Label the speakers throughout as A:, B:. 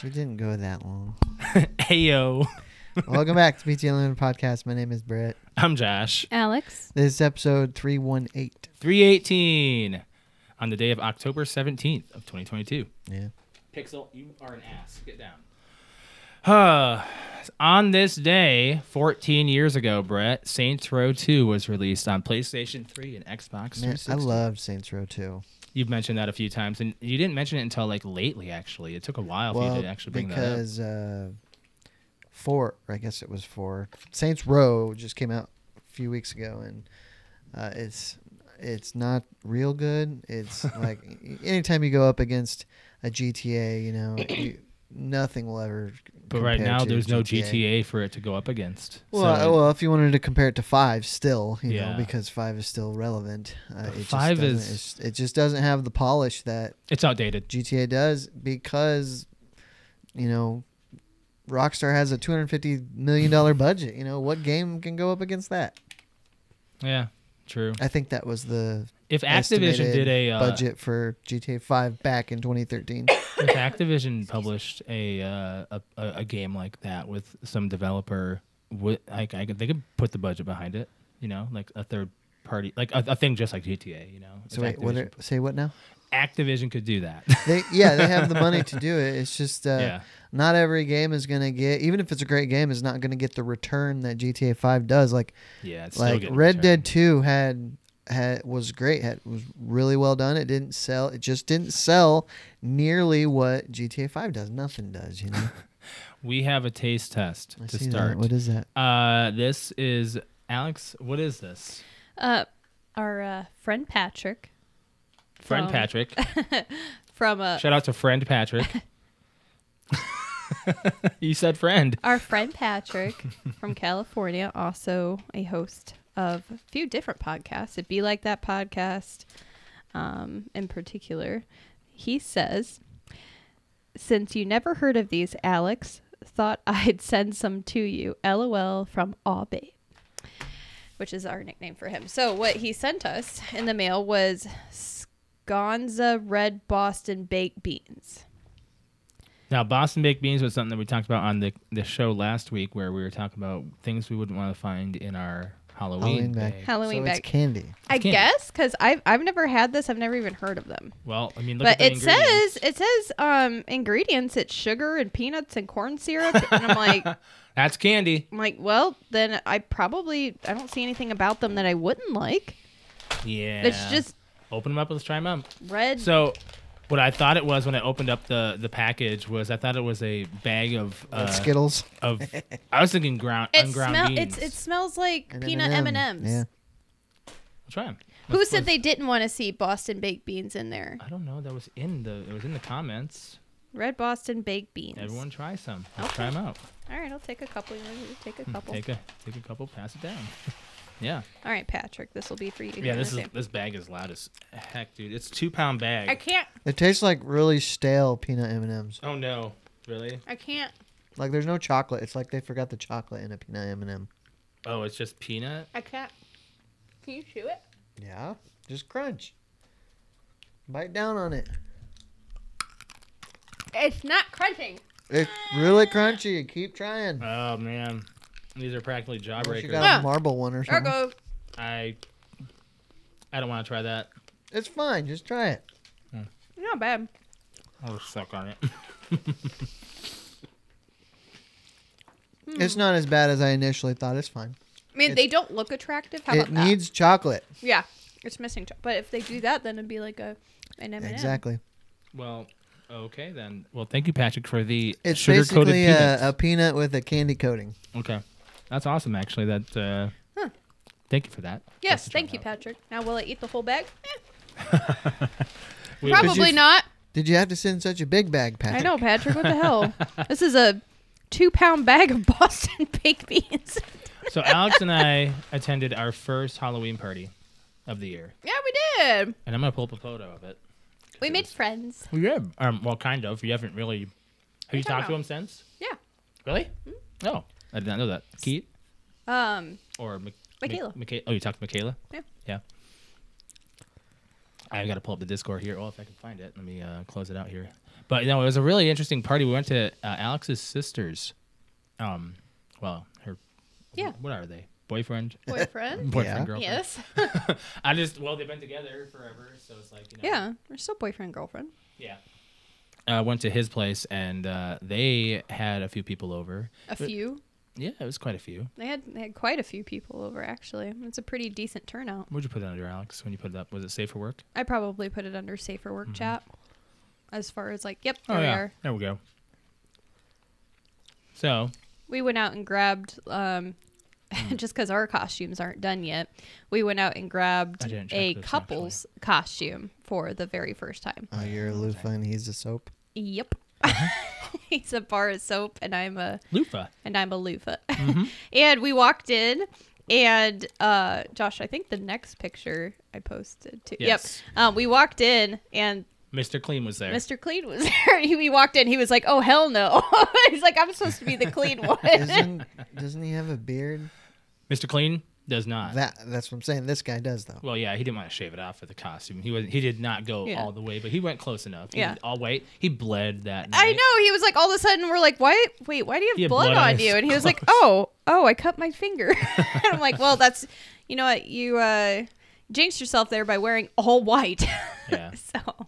A: She didn't go that long.
B: Heyo.
A: Welcome back to BT Unlimited Podcast. My name is Brett.
B: I'm Josh.
C: Alex,
A: This is episode 318.
B: 318 on the day of October 17th of 2022.
A: Yeah.
B: Pixel, you are an ass. Get down. Uh, on this day, 14 years ago, Brett, Saints Row 2 was released on PlayStation 3 and Xbox
A: Man,
B: 360.
A: I loved Saints Row 2.
B: You've mentioned that a few times, and you didn't mention it until like lately, actually. It took a while for you to actually bring that up.
A: because uh, 4, or I guess it was 4. Saints Row just came out a few weeks ago, and uh, it's it's not real good. It's like anytime you go up against a GTA, you know, you, nothing will ever.
B: But right
A: compare
B: now,
A: to
B: there's no GTA for it to go up against.
A: Well,
B: So,
A: uh, well, if you wanted to compare it to five, still, you
B: Yeah.
A: know, because five is still relevant. Uh,
B: But
A: it
B: five
A: just doesn't-
B: is-
A: it's- it just doesn't have the polish that
B: it's outdated.
A: GTA does because, you know, Rockstar has a two hundred fifty million dollar budget. You know, what game can go up against that?
B: Yeah, true.
A: I think that was the
B: If Activision
A: estimated
B: did a uh,
A: budget for GTA Five back in twenty thirteen.
B: if Activision published a, uh, a a a game like that with some developer, would like I could, they could put the budget behind it, you know, like a third party, like a, a thing just like GTA, you know. If
A: so wait, what?
B: Activision,
A: Are, say what now?
B: Activision could do that.
A: They yeah, they have the money to do it. It's just uh,
B: yeah,
A: not every game is gonna get even if it's a great game is not gonna get the return that GTA Five does. Like
B: yeah. It's
A: like Red Dead Two had had was great, had was really well done. It didn't sell. It just didn't sell nearly what GTA Five does. Nothing does, you know.
B: We have a taste test
A: I
B: to
A: see that.
B: start.
A: What is that?
B: Uh, this is Alex. What is this?
C: uh, our uh, friend Patrick
B: Friend
C: From-
B: Patrick.
C: from uh,
B: Shout out to friend Patrick. you said friend.
C: our friend Patrick from California, also a host of a few different podcasts. It'd be like that podcast um, in particular. He says, Since you never heard of these, Alex, thought I'd send some to you. LOL from Aubay. Which is our nickname for him. So, what he sent us in the mail was Sconza Red Boston Baked Beans.
B: Now, Boston baked beans was something that we talked about on the the show last week, where we were talking about things we wouldn't want to find in our Halloween.
A: Halloween bag.
B: bag.
C: Halloween
A: so
C: baked
A: it's candy.
C: I
B: candy.
C: guess because I've I've never had this. I've never even heard of them.
B: Well, I mean, look at
C: but
B: the
C: it
B: ingredients.
C: says it says um ingredients. It's sugar and peanuts and corn syrup. and I'm like
B: that's candy.
C: I'm like well then I probably I don't see anything about them that I wouldn't like.
B: Yeah,
C: It's just
B: open them up. Let's try them out.
C: red.
B: So, what I thought it was when I opened up the the package was I thought it was a bag of uh,
A: Skittles.
B: of I was thinking ground
C: it
B: unground
C: smell.
B: beans.
C: It's it smells like
A: and
C: peanut M and M's.
A: Yeah.
B: We'll try them.
C: Who said they didn't want to see Boston baked beans in there?
B: I don't know. That was in the it was in the comments.
C: Red Boston baked beans.
B: Everyone try some. Let's
C: Okay.
B: try them out.
C: All right, I'll take a couple. You want me to take a couple.
B: Hmm, Take a take a couple. Pass it down. yeah.
C: All right, Patrick, this will be for you.
B: Yeah,
C: You're
B: this is
C: gonna do-
B: this bag is loud as heck, dude. It's two pound bag.
C: I can't.
A: It tastes like really stale peanut M and M's.
B: Oh no, really?
C: I can't.
A: Like there's no chocolate. It's like they forgot the chocolate in a peanut M and M.
B: Oh, it's just peanut.
C: I can't. Can you chew it?
A: Yeah. Just crunch. Bite down on it.
C: It's not crunching.
A: It's really crunchy. Keep trying.
B: Oh man, these are practically
A: Unless you
B: jawbreakers.
A: got
C: Ah.
A: a marble one or
C: There it
A: something.
C: goes.
B: I I don't want to try that.
A: It's fine. Just try it.
C: Not bad.
B: I'll just suck on it.
C: Hmm.
A: It's not as bad as I initially thought. It's fine.
C: I mean, they don't look attractive. How
A: it
C: about
A: needs chocolate.
C: that? Yeah, it's missing. Cho- but if they do that, then it'd be like a an M&M.
A: Exactly.
B: Well, okay then. Well, thank you, Patrick, for the
A: It's
B: sugar coated
A: basically
B: peanuts.
A: a, a peanut with a candy coating.
B: okay, that's awesome. Actually, that uh, Thank you for that.
C: Yes,
B: That's a
C: thank you,
B: shout-out.
C: Patrick. Now, will I eat the whole bag? Eh,
B: We-
C: Probably
A: you-
C: not.
A: Did you have to send such a big bag, Patrick?
C: I know, Patrick. What the hell? this is a two-pound bag of Boston baked beans.
B: So Alex and I attended our first Halloween party of the year,
C: yeah, we did.
B: and I'm gonna pull up a photo of it.
C: We made friends.
B: We did. Um, well, kind of. You haven't really. Have you
C: you talking
B: talked to
C: about? Hmm?
B: him since?
C: Yeah.
B: Really? No, I did not know that. Keith
C: Um,
B: or Mc-
C: Michaela.
B: Mc- Micha- oh, you talked to Michaela.
C: Yeah.
B: Yeah. I got to pull up the Discord here. Oh, if I can find it, let me uh, close it out here. But no, it was a really interesting party. We went to uh, Alex's sister's. Um, well, her.
C: Yeah.
B: What are they? Boyfriend.
C: boyfriend.
B: Boyfriend.
A: Yeah.
B: Girlfriend.
C: yes.
B: I just well, they've been together forever, so it's like you know.
C: Yeah, we're still boyfriend girlfriend.
B: Yeah. I went to his place and uh, they had a few people over.
C: A few.
B: Yeah, it was quite a few.
C: They had they had quite a few people over actually. It's a pretty decent turnout.
B: What'd you put it under, Alex? When you put it up, was it safe for work?
C: I probably put it under safer
B: Mm-hmm.
C: work chat. As far as like, yep,
B: Oh,
C: there we are.
B: there we go. So
C: We went out and grabbed um
B: Hmm.
C: just because our costumes aren't done yet, we went out and grabbed
B: I didn't check
C: a
B: this,
C: couple's costume for the very first time.
B: Uh-huh.
A: Oh, you're a loofah and he's a soap.
C: Yep. He's a bar of soap and I'm a
B: loofah.
C: and I'm a loofah.
B: Mm-hmm.
C: and we walked in, and uh, Josh, I think the next picture I posted too.
B: Yes.
C: Yep. Um, we walked in, and
B: Mr. Clean was there.
C: Mr. Clean was there. He, we walked in, he was like, "Oh hell no!" He's like, "I'm supposed to be the clean one."
A: Isn't doesn't he have a beard?
B: Mr. Clean does not.
A: That that's what I'm saying. This guy does though.
B: well, yeah, he didn't want to shave it off for the costume. He was he did not go
C: Yeah.
B: all the way, but he went close enough. He
C: Yeah.
B: did all white. He bled that. Night.
C: I know. He was like, all of a sudden, we're like, "Why? Wait, why do you have
B: He had
C: blood,
B: blood on
C: on
B: his
C: you?" And he was like,
B: clothes.
C: "Oh, oh, I cut my finger." and I'm like, "Well, that's, you know what, you uh, jinxed yourself there by wearing all white."
B: Yeah.
C: so,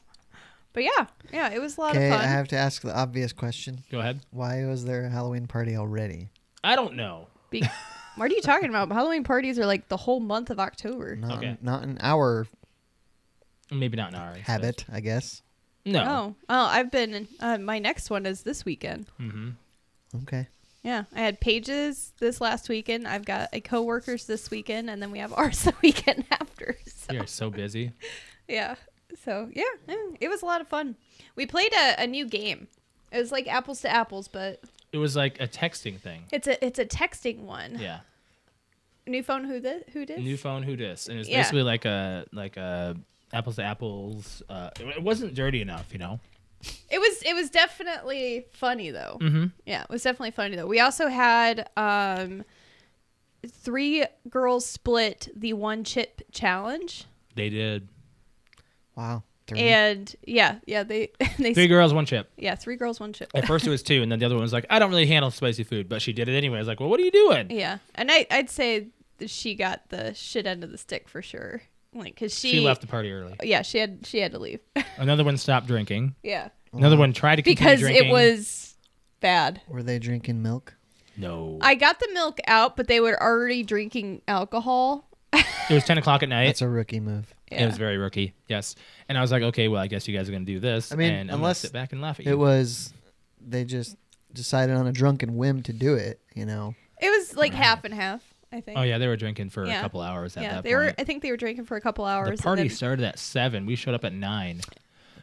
C: but yeah, yeah, it was a lot
A: Okay,
C: of fun.
A: I have to ask the obvious question.
B: Go ahead.
A: Why was there a Halloween party already?
B: I don't know.
C: Be- what are you talking about? Halloween parties are like the whole month of October.
A: Not
B: Okay.
A: not in our
B: Maybe not in our
A: habit, I guess.
B: No.
C: Oh, oh, I've been. Uh, my next one is this weekend.
B: Mm-hmm.
A: Okay.
C: Yeah, I had pages this last weekend. I've got a coworkers this weekend, and then we have ours the weekend after. So,
B: You're so busy.
C: yeah. So yeah, yeah, it was a lot of fun. We played a, a new game. It was like apples to apples, but
B: It was like a texting thing.
C: it's a it's a texting one.
B: Yeah.
C: New phone, who the who did?
B: New phone, who dis? And it's
C: Yeah.
B: basically like a like a apples to apples. Uh, it it wasn't dirty enough, you know.
C: It was it was definitely funny though.
B: Mm-hmm.
C: Yeah, it was definitely funny though. We also had um three girls split the one chip challenge.
B: They did
A: Wow. Three.
C: And yeah, yeah, they they
B: Mm-hmm. three girls, one chip.
C: yeah, three girls one chip.
B: At first it was two, and then the other one was like, "I don't really handle spicy food," but she did it anyway. I was like, "Well, what are you doing?"
C: yeah. And I I'd say that she got the shit end of the stick for sure. Like cuz she
B: She, left the party early.
C: Yeah, she had she had to leave.
B: Another one stopped drinking.
C: yeah.
B: Another one tried to continue
C: Because
B: drinking.
C: it was bad.
A: Were they drinking milk?
B: no.
C: I got the milk out, but they were already drinking alcohol.
B: it was ten o'clock at night.
A: That's a rookie move.
C: Yeah.
B: It was very rookie. Yes, and I was like, "Okay, well, I guess you guys are gonna do this."
A: I mean,
B: and I'm gonna
A: unless
B: sit back and laugh at you.
A: It was they just decided on a drunken whim to do it, you know.
C: it was like half and half, I think.
B: oh yeah, they were drinking for
C: Yeah.
B: a couple hours at
C: yeah,
B: that
C: they
B: point.
C: were. I think they were drinking for a couple hours.
B: The party
C: and
B: started at seven. We showed up at nine.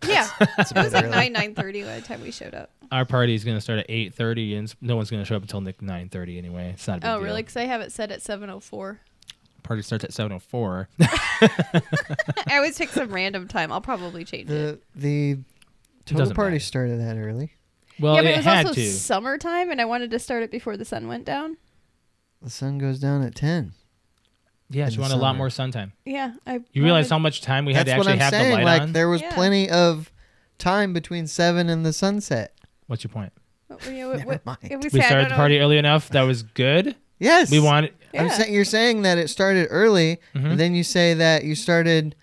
C: then, yeah, it was like
A: early.
C: nine nine thirty by the time we showed up.
B: Our party is gonna start at eight thirty, and s- no one's gonna show up until nine thirty anyway. It's not a big
C: Oh,
B: deal.
C: really? Because I have it set at seven oh four.
B: Party starts at seven o four.
C: I always pick some random time. I'll probably change it.
A: The the total
B: doesn't
A: party
B: matter.
A: started that early.
B: Well,
C: yeah, but
B: it,
C: it was
B: had
C: also
B: to.
C: summertime, and I wanted to start it before the sun went down.
A: The sun goes down at ten.
B: Yeah,
A: in
B: she
A: the
B: wanted a lot
A: summer.
B: more sun time.
C: Yeah, I.
B: You realize how much time we had to
A: That's what
B: actually
A: I'm
B: have the
A: saying.
B: light
A: Like
B: on.
A: there was
C: Yeah.
A: plenty of time between seven and the sunset.
B: What's your point?
C: What, were you- what,
A: Never
C: what,
A: mind.
C: it was
B: We
C: sad, I
B: started
C: don't
B: the
C: know.
B: party early enough. That was good.
A: Yes.
B: We Mm-hmm. wanted.
A: I'm
C: Yeah.
A: saying you're saying that it started early, and then you say that you started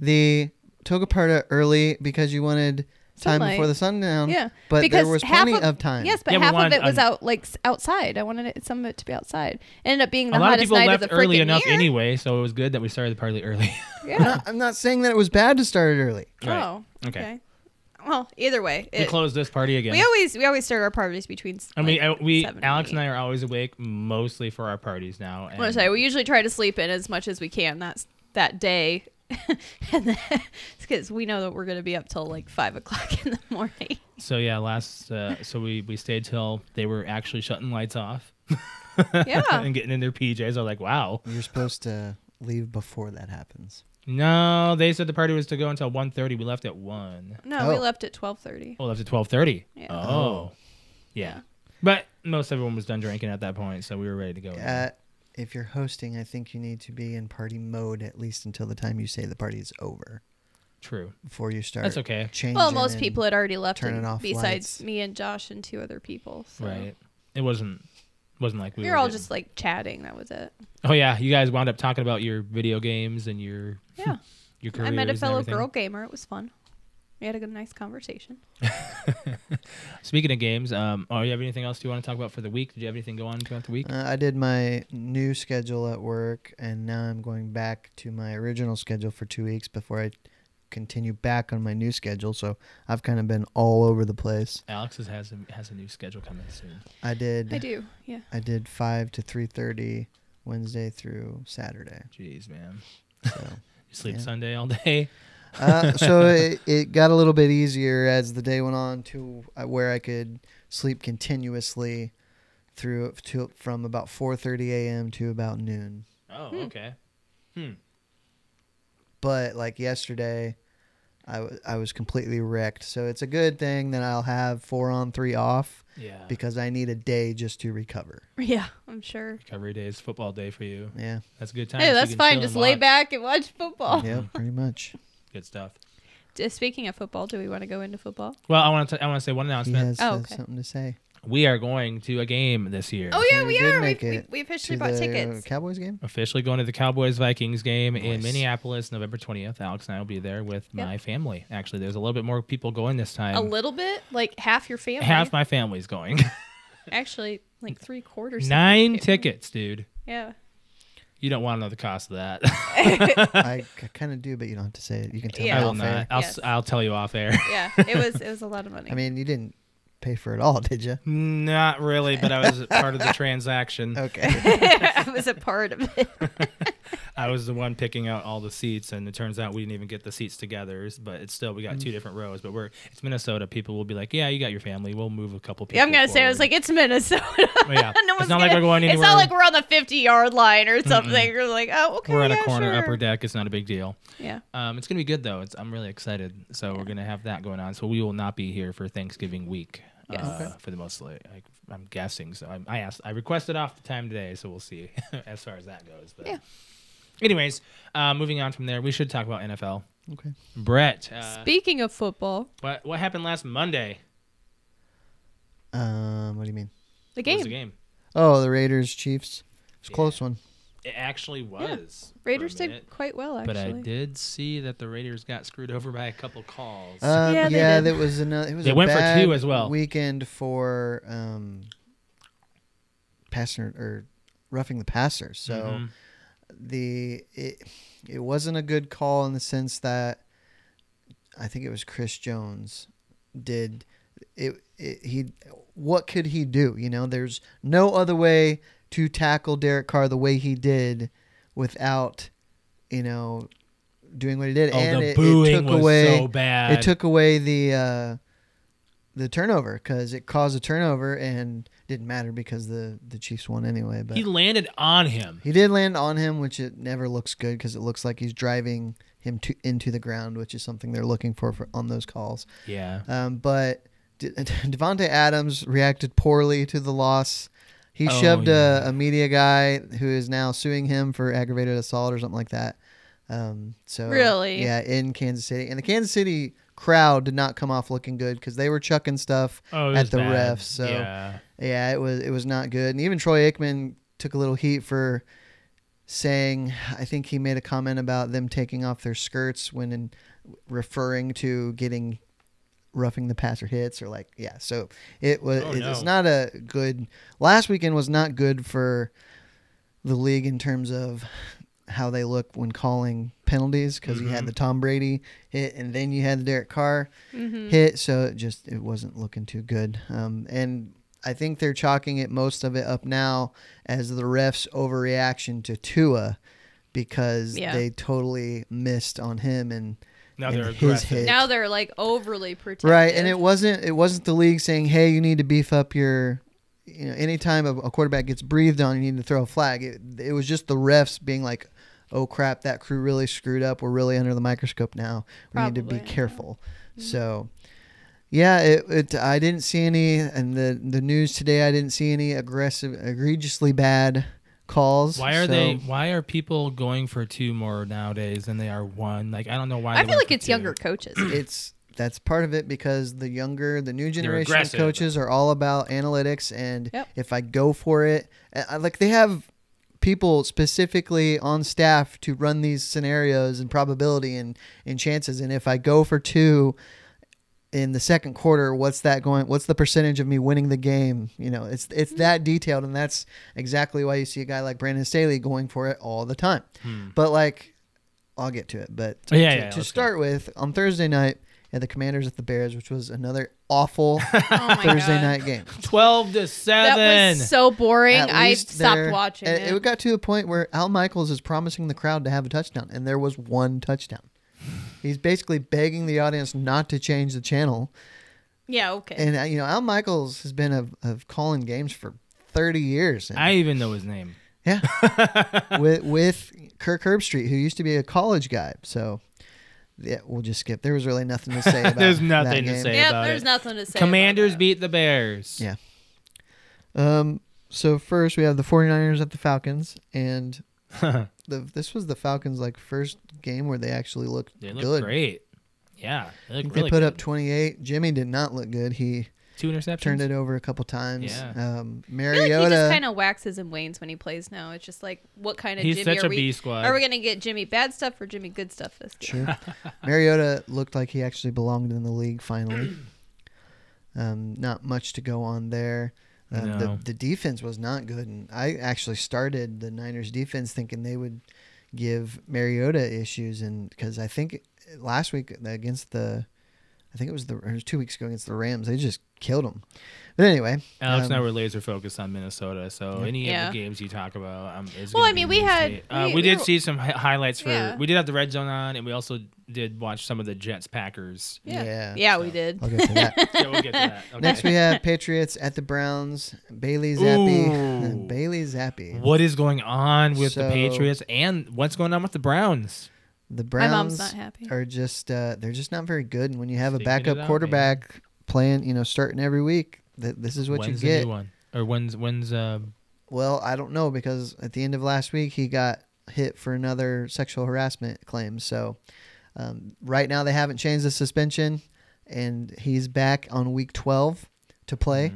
A: the Togaparta early because you wanted time
C: Sunlight.
A: before the sundown.
C: Yeah,
A: but
C: because
A: there was
C: half
A: plenty of, time.
C: Yes, but
B: Yeah, we
C: half of
B: wanted
C: it was
B: an-
C: out like s- outside. I wanted it, some of it to be outside. It ended up being the
B: a lot of
C: hottest
B: people
C: night
B: left
C: of the
B: early
C: frickin'
B: enough
C: year.
B: anyway, so it was good that we started the party early.
C: Yeah.
A: I'm not, I'm not saying that it was bad to start it early.
B: Right.
C: Oh,
B: Okay.
C: okay. well, either way,
B: We
C: it-
B: close this party again.
C: we always we always start our parties between. s-
B: I mean,
C: like,
B: I, we
C: seven
B: Alex and
C: eight.
B: I are always awake mostly for our parties now.
C: I'm gonna
B: and-
C: say we usually try to sleep in as much as we can that that day, and because we know that we're gonna be up till like five o'clock in the morning.
B: So yeah, last uh, so we we stayed till they were actually shutting lights off.
C: Yeah.
B: and getting in their PJs. I was like, wow.
A: You're supposed to leave before that happens.
B: No, they said the party was to go until 1.30. We left at one.
C: No,
A: Oh.
C: we left at twelve thirty.
B: Oh, left at twelve thirty.
C: Yeah.
B: Oh, yeah. But most everyone was done drinking at that point, so we were ready to go.
A: Uh, if you're hosting, I think you need to be in party mode at least until the time you say the party is over
B: True.
A: before you start.
B: That's okay.
A: Changing
C: Well, most
A: and-
C: people had already left,
A: turning
C: and-
A: off
C: besides
A: lights.
C: me and Josh and two other people. So.
B: Right. It wasn't wasn't like we
C: We were
B: were
C: all
B: getting-
C: just like chatting. That was it.
B: Oh yeah, you guys wound up talking about your video games and your
C: Yeah.
B: your careers.
C: I met a
B: and
C: fellow
B: everything.
C: girl gamer. It was fun. We had a good, nice conversation.
B: Speaking of games, um, oh, you have anything else you want to talk about for the week? Did you have anything go on throughout the week?
A: Uh, I did my new schedule at work, and now I'm going back to my original schedule for two weeks before I continue back on my new schedule. So I've kind of been all over the place.
B: Alex is- has a, has a new schedule coming soon.
A: I did.
C: I do. Yeah.
A: I did five to three thirty Wednesday through Saturday.
B: Jeez, man,
A: So,
B: you sleep
A: Yeah.
B: Sunday all day.
A: uh, so it, it got a little bit easier as the day went on to uh, where I could sleep continuously through to from about four thirty a.m. to about noon.
B: Oh,
C: Hmm.
B: okay. Hmm.
A: but like yesterday I wa- I was completely wrecked so it's a good thing that i'll have four on three off
B: Yeah.
A: because i need a day just to recover
C: Yeah, I'm sure.
B: Recovery day is football day for you.
A: yeah
B: That's a good time.
C: Hey,
B: so you
C: that's
B: can
C: fine.
B: chill
C: Just
B: and
C: lay
B: watch.
C: back and watch football.
A: yeah pretty much
B: Good stuff.
C: D- Speaking of football, do we want to go into football?
B: Well, I want to I want to say one
A: he
B: announcement.
A: has
C: Oh,
A: uh,
C: okay.
A: something to say
B: We are going to a game this year.
C: Oh, yeah,
A: we
C: we
A: did
C: are. We,
A: make
C: we,
A: it
C: we
A: to
C: officially bought
A: the
C: tickets.
A: cowboys game
B: Officially going to the Cowboys Vikings game in
A: Nice.
B: Minneapolis, November twentieth. Alex and I will be there with
C: Yep.
B: my family. Actually, there's a little bit more people going this time.
C: A little bit, like half your family.
B: Half my family's going.
C: Actually, like three quarters. of your
B: Nine
C: family.
B: tickets, dude.
C: Yeah.
B: You don't want to know the cost of that.
A: i kind of do but you don't have to say it you can tell
C: Yeah.
A: me
B: I will
A: off air.
B: not. I'll,
C: Yes.
B: s will tell you off air.
C: Yeah. It was it was a lot of money.
A: i mean you didn't pay for it all did you
B: Not really, but I was part of the transaction.
A: okay
C: I was a part of it.
B: I was the one picking out all the seats, and it turns out we didn't even get the seats together. But it's still we got
C: Mm.
B: two different rows. But we're it's Minnesota. People will be like, "Yeah, you got your family. We'll move a couple people."
C: Yeah, I'm gonna say I was
B: forward."
C: like, it's Minnesota.
B: But yeah,
C: no
B: it's
C: one's
B: not like
C: gonna-
B: we're going anywhere.
C: It's not like we're on the 50 yard line or something. You're like, oh, okay.
B: we're on
C: yeah,
B: a corner,
C: sure.
B: upper deck. It's not a big deal.
C: Yeah.
B: Um, it's gonna be good though. It's, I'm really excited. So we're gonna have that going on. So we will not be here for Thanksgiving week.
C: Yes.
B: Uh, For the most, like, I, I'm guessing. So I, I asked, I requested off the time today. So we'll see as far as that goes. But
C: Yeah.
B: Anyways, uh, moving on from there, we should talk about NFL.
A: okay
B: Brett, uh,
C: Speaking of football,
B: what what happened last Monday?
A: um what do you mean
C: the
B: What
C: game,
B: Was the game.
A: oh the raiders chiefs it's a
B: Yeah.
A: close one
B: It actually was. for a
C: Raiders did
B: minute,
C: quite well actually.
B: But I did see that the Raiders got screwed over by a couple calls.
A: Um,
C: Yeah,
A: yeah,
C: they did.
A: that was another. It was
B: They
A: a
B: went for
A: bad
B: two as well.
A: Weekend for um, passer or roughing the passer. So
B: Mhm.
A: the it it wasn't a good call in the sense that I think it was Chris Jones did it, it he what could he do? You know, there's no other way to tackle Derek Carr the way he did without you know doing what he did
B: oh,
A: and
B: the
A: it,
B: booing
A: it took
B: was
A: away
B: so bad.
A: it took away the uh, the turnover because it caused a turnover and didn't matter because the the Chiefs won anyway. But
B: he
A: he,
B: landed on him.
A: did land on him, which it never looks good because it looks like he's driving him to, into the ground, which is something they're looking for, for on those calls.
B: Yeah.
A: Um, but De- Devonte Adams reacted poorly to the loss. He
B: Oh,
A: shoved
B: yeah.
A: a, a media guy who is now suing him for aggravated assault or something like that. Um, so
C: Really?
A: yeah, in Kansas City, and the Kansas City crowd did not come off looking good because they were chucking stuff
B: Oh, it
A: at
B: was
A: the
B: bad.
A: refs. So
B: yeah.
A: yeah, it was it was not good. And even Troy Aikman took a little heat for saying I think he made a comment about them taking off their skirts when in, referring to getting roughing the passer hits or like yeah. So it was
B: Oh,
A: it-
B: no.
A: it's not a good last weekend was not good for the league in terms of how they look when calling penalties because you
B: Mm-hmm.
A: had the Tom Brady hit and then you had the Derek Carr hit, so it just it wasn't looking too good. Um, and I think they're chalking it most of it up now as the refs' overreaction to Tua because
C: Yeah.
A: they totally missed on him and
B: Now
A: and
B: they're
A: his
B: aggressive.
A: hit.
C: Now they're like overly protective.
A: Right, and it wasn't it wasn't the league saying, "Hey, you need to beef up your." You know, anytime a, a quarterback gets breathed on, you need to throw a flag. It, it was just the refs being like, "Oh crap, that crew really screwed up. We're really under the microscope now. We need to be
C: Probably, yeah.
A: careful." So, yeah, it, it. I didn't see any, and the the news today, I didn't see any aggressive, egregiously bad calls.
B: Why are
A: So,
B: they? Why are people going for two more nowadays than they are one? Like I don't know why.
C: I
B: they
C: feel
B: went
C: like
B: for
C: it's
B: two.
C: younger coaches. Oh
A: It's that's part of it because the younger, the new generation of
B: aggressive.
A: coaches are all about analytics and
C: Yep.
A: if I go for it, I- I, like they have people specifically on staff to run these scenarios and probability and and chances and if I go for two in the second quarter, what's that going? What's the percentage of me winning the game? You know, it's
C: Hmm.
A: it's that detailed, and that's exactly why you see a guy like Brandon Staley going for it all the time.
C: Hmm.
A: But like, I'll get to it. But to,
B: Yeah,
A: to-
B: yeah, let's
A: to
B: go.
A: start with, on Thursday night at the Commanders at the Bears, which was another awful
B: Oh
A: Thursday night game.
B: Twelve to
C: That
B: seven.
C: was so boring.
A: At
C: I
A: least
C: stopped
A: there-
C: watching
A: and
C: it.
A: It got to a point where Al Michaels is promising the crowd to have a touchdown, and there was one touchdown. He's basically begging the audience not to change the channel.
C: yeah, okay.
A: And uh, you know, Al Michaels has been of, of calling games for thirty years. And,
B: I even know his name.
A: yeah, with with Kirk Herbstreit, who used to be a college guy. So yeah, we'll just skip. There was really nothing to say about.
B: There's
A: that
B: nothing to
A: game.
B: say.
C: yep,
B: about
C: there's
B: it.
C: nothing to say. about
B: Commanders
C: that.
B: beat the Bears.
A: Yeah. Um. So first we have the 49ers at the Falcons, and the this was the Falcons' like first game where they actually looked
B: They look
A: good.
B: great. Yeah, they
A: I
B: look
A: think
B: really
A: they put
B: good.
A: up 28. Jimmy did not look good. He
B: two interceptions.
A: turned it over a couple times.
B: Yeah.
A: Um,
C: I feel
A: Mariota.
C: like he just kind of waxes and wanes when he plays now. It's just like, what kind of
B: He's
C: Jimmy
B: such
C: are
B: a
C: we?
B: B squad.
C: Are we gonna get Jimmy bad stuff or Jimmy good stuff this game?
A: Sure. Mariota looked like he actually belonged in the league finally. Um, not much to go on there. Um,
B: No.
A: the, the defense was not good, and I actually started the Niners defense thinking they would give Mariota issues, and because I think last week against the, I think it was the or it was two weeks ago against the Rams, they just killed him. But anyway,
B: Alex and I
A: um,
B: were laser focused on Minnesota, so any
C: Yeah.
B: of the games you talk about, um, is
C: Well,
B: gonna
C: I mean,
B: be
C: we had-
B: easy. uh,
C: we-
B: we,
C: we
B: did
C: were-
B: see some hi- highlights for.
C: Yeah.
B: We did have the red zone on, and we also did watch some of the Jets Packers.
C: Yeah,
A: Yeah,
C: yeah, we did.
A: I'll get to that.
B: yeah, we'll get to that. Okay.
A: Next, we have Patriots at the Browns. Bailey Zappi.
B: Ooh.
A: Bailey Zappi.
B: what is going on with
A: So-
B: the Patriots and what's going on with the Browns?
A: The
C: My
A: Browns
C: mom's not happy.
A: are just uh, they're just not very good. And when you have a
B: Figured it
A: backup
B: out, man.
A: quarterback playing, you know, starting every week, th- this is what
B: when's
A: you
B: the
A: get.
B: new one? Or when's when's uh,
A: Well, I don't know because at the end of last week he got hit for another sexual harassment claim. So um, right now they haven't changed the suspension, and he's back on week twelve to play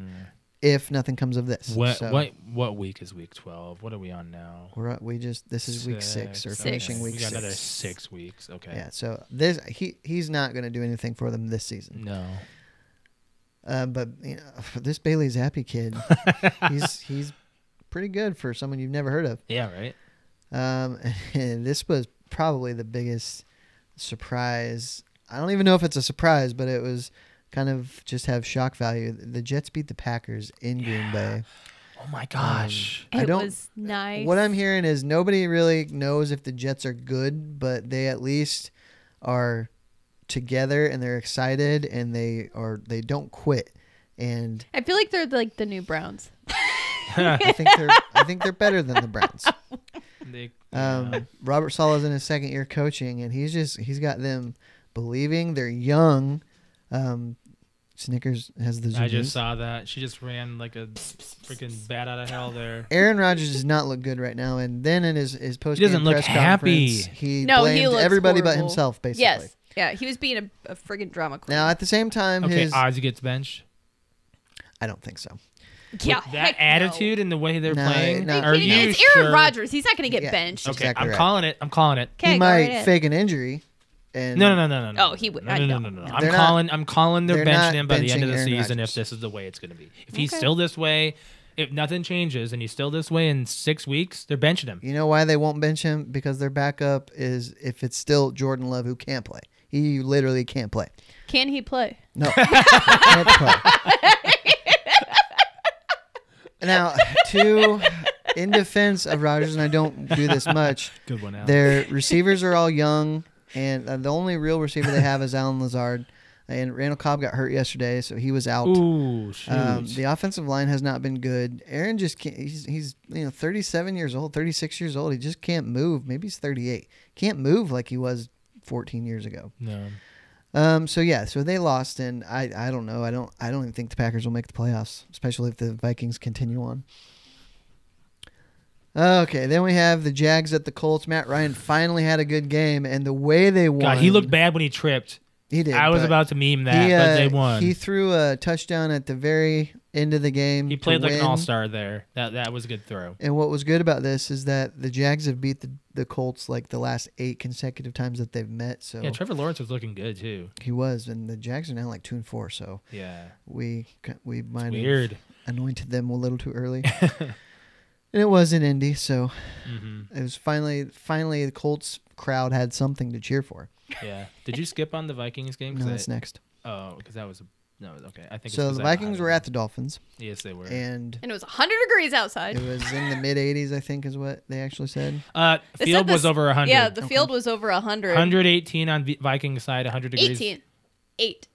A: if nothing comes of this.
B: Mm-hmm. hmm. what
A: So
B: what what week is week twelve? What are we on now?
A: We're at, we just this is week six, or
B: Six.
A: finishing
B: Okay.
A: week
B: We got
A: six.
B: another six weeks. Okay.
A: Yeah, so this he he's not going to do anything for them this season.
B: No.
A: Uh, but you know, for this Bailey Zappi kid, he's he's pretty good for someone you've never heard of.
B: Yeah. Right.
A: Um, and this was probably the biggest surprise. I don't even know if it's a surprise, but it was kind of just have shock value. The Jets beat the Packers in Green Bay.
B: Oh
A: Um,
B: my gosh.
A: I
C: it
A: don't-
C: was nice.
A: What I'm hearing is nobody really knows if the Jets are good, but they at least are together and they're excited and they are they don't quit. And
C: I feel like they're like the new Browns.
A: I think they're I think they're better than the Browns.
B: They- yeah.
A: Um, Robert Sala's in his second year coaching, and he's just he's got them believing they're young. Um, Snickers has the.
B: I
A: zoomies.
B: just saw that. She just ran like a freaking bat out of hell there.
A: Aaron Rodgers does not look good right now, and then in his his post
B: doesn't look
A: press
B: happy.
A: conference, he
C: No, he
A: blamed
C: looks
A: everybody but
C: horrible.
A: himself basically.
C: Yes, yeah, he was being a, a friggin' drama queen.
A: Now at the same time,
B: Okay,
A: his
B: Ozzy gets benched.
A: I don't think so.
C: yeah,
B: With that
C: heck no.
B: attitude and the way they're
A: No,
B: playing.
A: no,
C: Are you
B: Are
C: kidding me?
B: you
C: It's Aaron
B: sure?
C: Rodgers. He's not gonna get
A: Yeah.
C: benched.
B: Okay,
A: Exactly
B: I'm
A: right.
B: calling it. I'm calling it.
C: Okay,
A: he
C: go
A: might
C: right in.
A: fake an injury, and
B: No, no, no, no, no.
C: Oh, he would-
B: No,
C: I
B: no, no, no,
C: don't
B: no.
C: know.
B: I'm
A: They're not-
B: calling. I'm calling. They're,
A: they're
B: benching
A: not
B: him by the end
A: benching
B: of the
A: Aaron
B: season
A: Rodgers.
B: if this is the way it's going to be. If he's
C: Okay.
B: still this way, if nothing changes and he's still this way in six weeks, they're benching him.
A: You know why they won't bench him? Because their backup is if it's still Jordan Love who can't play. He literally can't play.
C: Can he play?
A: No. can't play. now, two in defense of Rogers, and I don't do this much.
B: Good one, Al.
A: Their receivers are all young, and uh, the only real receiver they have is Alan Lazard. And Randall Cobb got hurt yesterday, so he was out.
B: Ooh, shoot.
A: Um, the offensive line has not been good. Aaron just can't. He's, he's you know 37 years old, 36 years old. He just can't move. Maybe he's 38. Can't move like he was 14 years ago.
B: no.
A: Um. So yeah. So they lost, and I I don't know. I don't I don't even think the Packers will make the playoffs, especially if the Vikings continue on. Okay, then we have the Jags at the Colts. Matt Ryan finally had a good game, and the way they won.
B: God, he looked bad when he tripped.
A: He did.
B: I was
A: but-
B: about to meme that,
A: he,
B: but they
A: uh,
B: won.
A: He
B: He,
A: threw a touchdown at the very end of the game. to
B: played like an
A: win.
B: all star there. That that was a good throw.
A: And what was good about this is that the Jags have beat the, the Colts like the last eight consecutive times that they've met. So
B: Yeah, Trevor Lawrence was looking good too.
A: he was, and the Jags are now like two and four. So
B: Yeah,
A: we c- we might have
B: weird.
A: anointed them a little too early. and it was in Indy, so
B: hmm
A: it was finally finally the Colts crowd had something to cheer for.
B: Yeah. Did you skip on the Vikings game?
A: No,
B: 'Cause
A: that's
B: I,
A: next.
B: Oh, because that was a, no. Okay, I think. it's
A: So
B: 'cause
A: the
B: I- I
A: Vikings
B: was-
A: were at the Dolphins,
B: Yes, they were.
A: and
C: And it was 100 degrees outside.
A: it was in the mid 80s, I think, is what they actually said.
B: Uh,
C: They said
B: field was
C: this-
B: over 100.
C: Yeah, the
A: Okay.
C: field was over 100.
B: 118 on V- Viking side, 100 degrees.
C: 18. 8.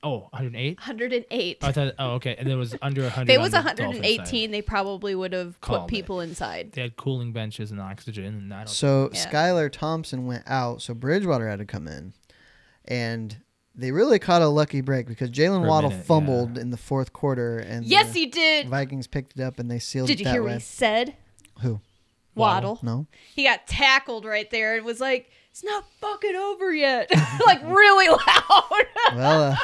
B: Oh, 108?
C: 108.
B: Oh, I thought, oh, okay. And it was under 100.
C: If it was
B: on the Dolphins side.
C: 118, they probably would have put
B: Called it.
C: people inside.
B: They had cooling benches and oxygen, and I don't
A: So
C: Yeah.
A: Skylar Thompson went out, so Bridgewater had to come in, and they really caught a lucky break because
B: For
A: Jalen
B: a
A: Waddle
B: minute,
A: fumbled in the fourth quarter, and
C: Yes,
A: the
C: he did.
A: Vikings picked it up and they sealed
C: Did
A: it
C: you
A: that
C: hear what
A: way.
C: he said?
A: Who?
C: Waddle.
A: No,
C: He got tackled right there and was like, it's not fucking over yet. like, really loud.
A: well, uh,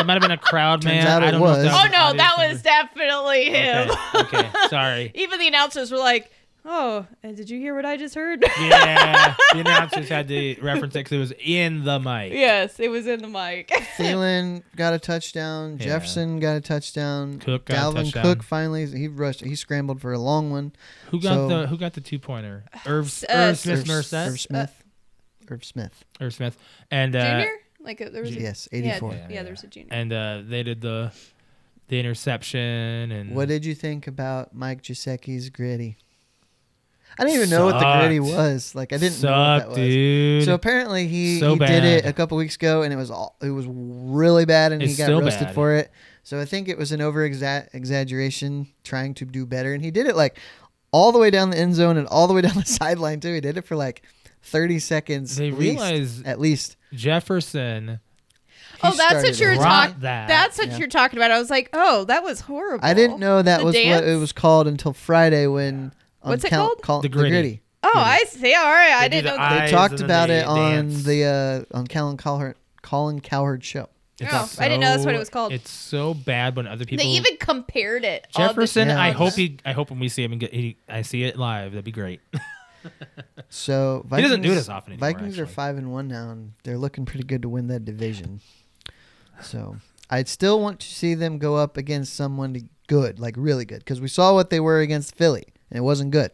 B: It might have been a crowd
A: Turns
B: man.
A: out
B: I
A: it
B: don't know if
A: was.
C: oh,
B: an
C: no, that was
B: audience
C: definitely him.
B: member. Okay, okay, sorry.
C: Even the announcers were like, oh, and did you hear what I just heard?
B: Yeah, the announcers had to reference it because it was in the mic.
C: yes, it was in the mic.
A: Thielen got a touchdown.
B: Eh. Yeah.
A: Jefferson got a touchdown.
B: Cook got a
A: Dalvin
B: touchdown.
A: Cook finally he rushed. He scrambled for a long one.
B: Who got
A: So-
B: the Who got the two pointer? Irv,
C: S- uh,
B: Irv Smith,
A: Irv- Irv
B: Merced,
A: Smith. Irv Smith.
B: Irv Smith, and uh,
C: junior? Like, uh, there was a,
A: Yes,
C: yeah,
A: eighty-four.
C: yeah,
B: Yeah,
C: there was a junior.
B: and uh, they did the the interception and
A: What did you think about Mike Giusecki's gritty? I didn't even know what the
B: Sucked.
A: gritty was. Like I didn't
B: sucked,
A: know what that was.
B: dude.
A: So apparently he,
B: So
A: he did it
B: bad.
A: a couple weeks ago and it was all it was really bad and he
B: It's
A: got
B: still
A: roasted
B: bad.
A: for it. So I think it was an over exa- exaggeration trying to do better and he did it like all the way down the end zone and all the way down the sideline too. He did it for like 30 seconds
B: they
A: least,
B: realized
A: at least.
B: Jefferson
A: He
C: Oh, that's
A: started
C: what you were
A: it.
B: brought
C: talking.
B: that.
C: That's what
A: Yeah.
C: you're talking about. I was like, oh, that was horrible.
A: I didn't know that
C: The
A: was
C: dance?
A: what it was called until Friday when um, on
C: What's it
A: count,
C: called?
A: call-
B: The Gritty.
C: Oh, I see. All right, I
B: They do
C: didn't know.
B: the
C: that.
B: eyes
A: they talked
B: and then
A: about
B: they
A: it on
B: dance.
A: the uh, on Colin Cowherd Colin Cowherd show.
B: It's
C: Oh, I didn't know that's what it was called.
B: It's so bad when other people.
C: They even compared it. on the
B: Jefferson,
A: Yeah.
B: I
C: show.
B: hope he. I hope when we see him and get, he, I see it live. That'd be great.
A: So
B: He
A: Vikings,
B: doesn't do it as often anymore,
A: Vikings are
B: actually.
A: five and one now, and they're looking pretty good to win that division. So I'd still want to see them go up against someone to- good, like really good, because we saw what they were against Philly, and it wasn't good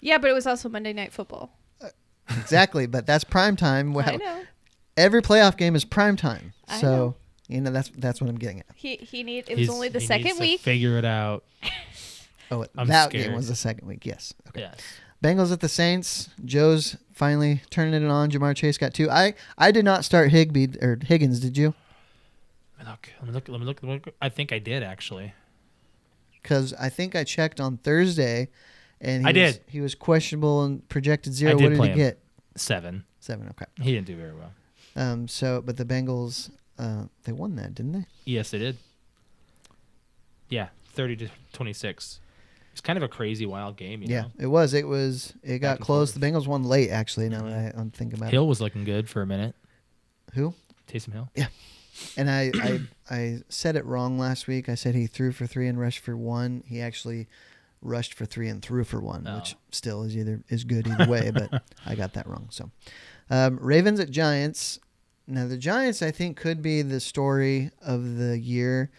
C: Yeah, but it was also Monday Night Football.
A: exactly. but that's prime time.
C: I
A: Well,
C: know.
A: every playoff game is prime time,
C: I
A: so
C: know.
A: you know that's that's what I'm getting at.
C: He he need. It was
B: He's-
C: only the
B: he
C: second
B: needs to
C: week.
B: figure it out.
A: Oh,
B: I'm
A: that game
B: scared.
A: was the second week. Yes. Okay.
B: Yes.
A: Bengals at the Saints. Joe's finally turning it on. Jamar Chase got two. I I did not start Higby or Higgins. Did you?
B: Let me Look, let me look. Let me look. Let me look. I think I did actually.
A: Because I think I checked on Thursday, and he
B: I
A: was,
B: did.
A: He was questionable and projected zero.
B: I did
A: what did
B: play
A: he
B: him.
A: get?
B: Seven.
A: Seven. Okay.
B: He didn't do very well.
A: Um. So, but the Bengals, uh, they won that, didn't they?
B: Yes, they did. Yeah, thirty to twenty-six. It's kind of a crazy, wild game. You
A: yeah. It was. It was. It got
B: and
A: close.
B: forth.
A: The Bengals won late. Actually, now that I, I'm thinking
B: know?
A: about
B: Hill was looking good for a minute.
A: it. Who?
B: Taysom Hill.
A: And I, I I said it wrong last week. I said he threw for three and rushed for one. He actually rushed for three and threw for one,
B: Oh.
A: which still is either is good either way. but I got that wrong. So, um, Ravens at Giants. Now the Giants, I think, could be the story of the year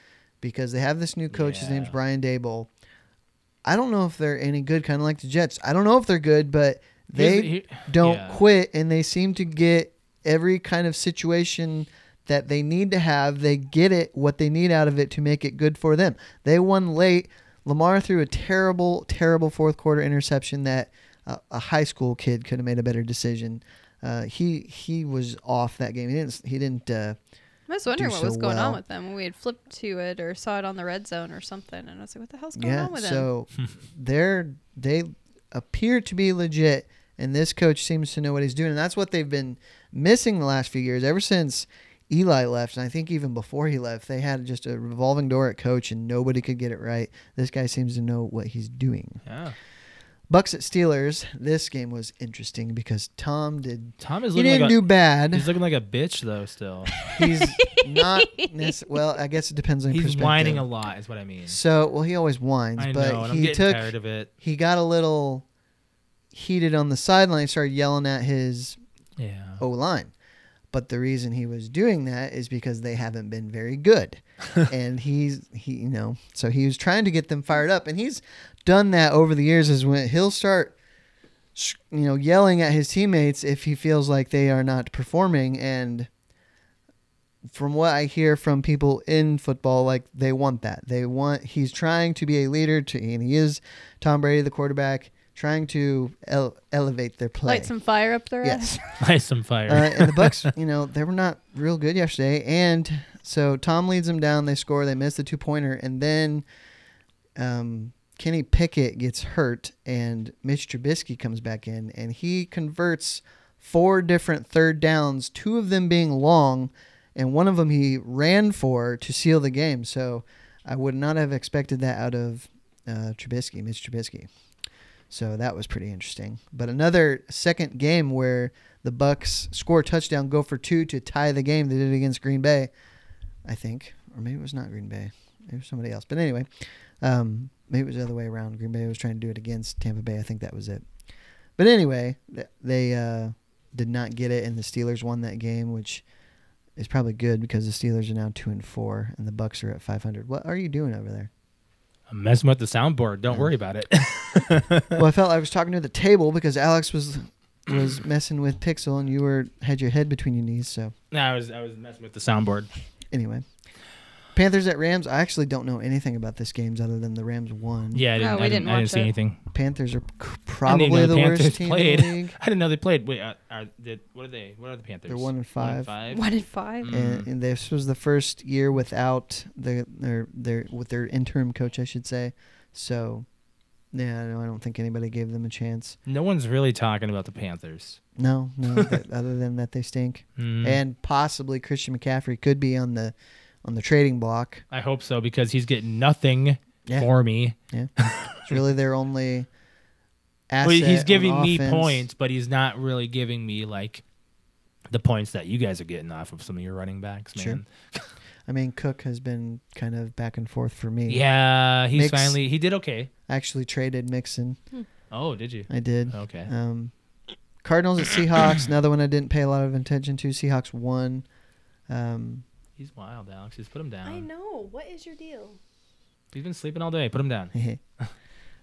A: because they have this new coach. His name's
B: Yeah.
A: Brian Dable. I don't know if they're any good. Kind of like the Jets. I don't know if they're good, but
B: Here's
A: they
B: the- here-
A: don't
B: yeah.
A: quit, and they seem to get every kind of situation that they need to have. They get it what they need out of it to make it good for them. They won late. Lamar threw a terrible, terrible fourth quarter interception that uh, a high school kid could have made a better decision. Uh, he he was off that game. He didn't. He didn't. Uh,
C: I was wondering
A: do
C: what
A: so
C: was going
A: well.
C: on with them. We had flipped to it or saw it on the red zone or something, and I was like, "What the hell's going
A: yeah.
C: on with them?"
A: So they're they appear to be legit, and this coach seems to know what he's doing, and that's what they've been missing the last few years. Ever since Eli left, and I think even before he left, they had just a revolving door at coach, and nobody could get it right. This guy seems to know what he's doing.
D: Yeah.
A: Bucks at Steelers. This game was interesting because Tom did.
B: Tom is
A: He
B: looking
A: didn't
B: like
A: do
B: a,
A: bad.
B: he's looking like a bitch though. Still,
A: He's not. Nece- well, I guess it depends on
B: he's
A: perspective.
B: whining a lot. Is what I mean.
A: So, well, he always whines,
B: I know,
A: but
B: and I'm
A: he
B: getting
A: took
B: tired of it.
A: he got a little heated on the sideline. He started yelling at his
B: Yeah.
A: O line. But the reason he was doing that is because they haven't been very good. and he's he you know, so he was trying to get them fired up and he's done that over the years is when he'll start sh- you know yelling at his teammates if he feels like they are not performing and from what I hear from people in football, like they want that. They want he's trying to be a leader to, and he is Tom Brady, the quarterback, trying to ele- elevate their play.
C: Light some fire up their
A: yes,
C: ass.
B: Light some fire.
A: uh, and the Bucks, you know, they were not real good yesterday, and so Tom leads them down. They score. They miss the two pointer, and then um, Kenny Pickett gets hurt, and Mitch Trubisky comes back in, and he converts four different third downs, two of them being long, and one of them he ran for to seal the game. So I would not have expected that out of uh, Trubisky, Mitch Trubisky. So that was pretty interesting. But another second game where the Bucks score a touchdown, go for two to tie the game. They did it against Green Bay, I think, or maybe it was not Green Bay. Maybe it was somebody else. But anyway, um, maybe it was the other way around. Green Bay was trying to do it against Tampa Bay. I think that was it. But anyway, th- they uh, did not get it, and the Steelers won that game, which is probably good because the Steelers are now two and four, and the Bucks are at five hundred. What are you doing over there?
B: I'm messing with the soundboard. Don't
A: Yeah.
B: worry about it.
A: well, I felt I was talking to the table because Alex was was messing with Pixel, and you were had your head between your knees. So
B: no, I was I was messing with the soundboard.
A: anyway, Panthers at Rams. I actually don't know anything about this games other than the Rams won.
B: Yeah, I didn't.
C: Oh,
B: I
C: we
B: didn't,
C: didn't
B: I didn't
C: watch
B: see
C: it.
B: anything.
A: Panthers are c-
B: I didn't even
A: probably
B: know
A: the
B: Panthers
A: worst team
B: played.
A: in the league.
B: I didn't know they played. Wait, are, are, did, what are they? What are the Panthers?
A: They're one and five.
C: One in five.
B: Mm.
A: And, and this was the first year without their their their with their interim coach, I should say. So, yeah, no, I don't think anybody gave them a chance.
B: No one's really talking about the Panthers.
A: No, no. that, other than that, they stink,
B: Mm.
A: and possibly Christian McCaffrey could be on the on the trading block.
B: I hope so because he's getting nothing
A: Yeah.
B: for me.
A: It's really their only asset.
B: Well, he's
A: on
B: giving me
A: offense.
B: points, but he's not really giving me like the points that you guys are getting off of some of your running backs, man.
A: Sure. I mean, Cook has been kind of back and forth for me.
B: Yeah, he's
A: Mix-
B: finally he did okay.
A: I actually traded Mixon.
B: Oh, did you?
A: I did.
B: Okay.
A: Um, Cardinals at Seahawks. another one I didn't pay a lot of attention to. Seahawks won. Um,
B: He's wild, Alex. Just put him down.
C: I know. What is your deal?
B: He's been sleeping all day. Put him down.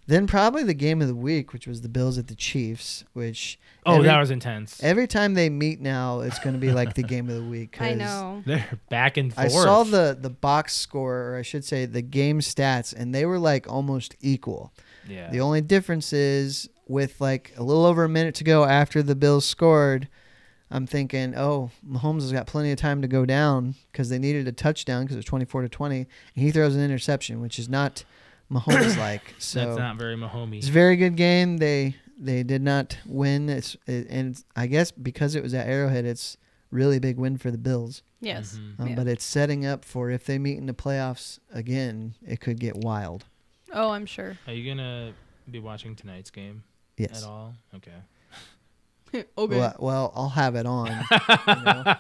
A: then probably the game of the week, which was the Bills at the Chiefs, which
B: Oh,
A: every,
B: that was intense.
A: every time they meet now, it's going to be like the game of the week.
B: Mm-hmm.
A: 'cause
C: I know.
B: They're back and forth.
A: I saw the the box score, or I should say the game stats, and they were like almost equal.
B: yeah.
A: The only difference is with like a little over a minute to go after the Bills scored, I'm thinking, oh, Mahomes has got plenty of time to go down because they needed a touchdown because it was 24 to 20, and he throws an interception, which is not Mahomes like. So
B: That's not very Mahomey.
A: it's a very good game. They they did not win. It's it, and it's- I guess because it was at Arrowhead, it's really big win for the Bills.
C: Yes.
B: Mm-hmm.
A: Um,
C: Yeah.
A: But it's setting up for if they meet in the playoffs again, it could get wild.
C: Oh, I'm sure.
B: Are you gonna be watching tonight's game
A: Yes.
B: at all? Okay.
C: okay.
A: Well, well, I'll have it on. you know.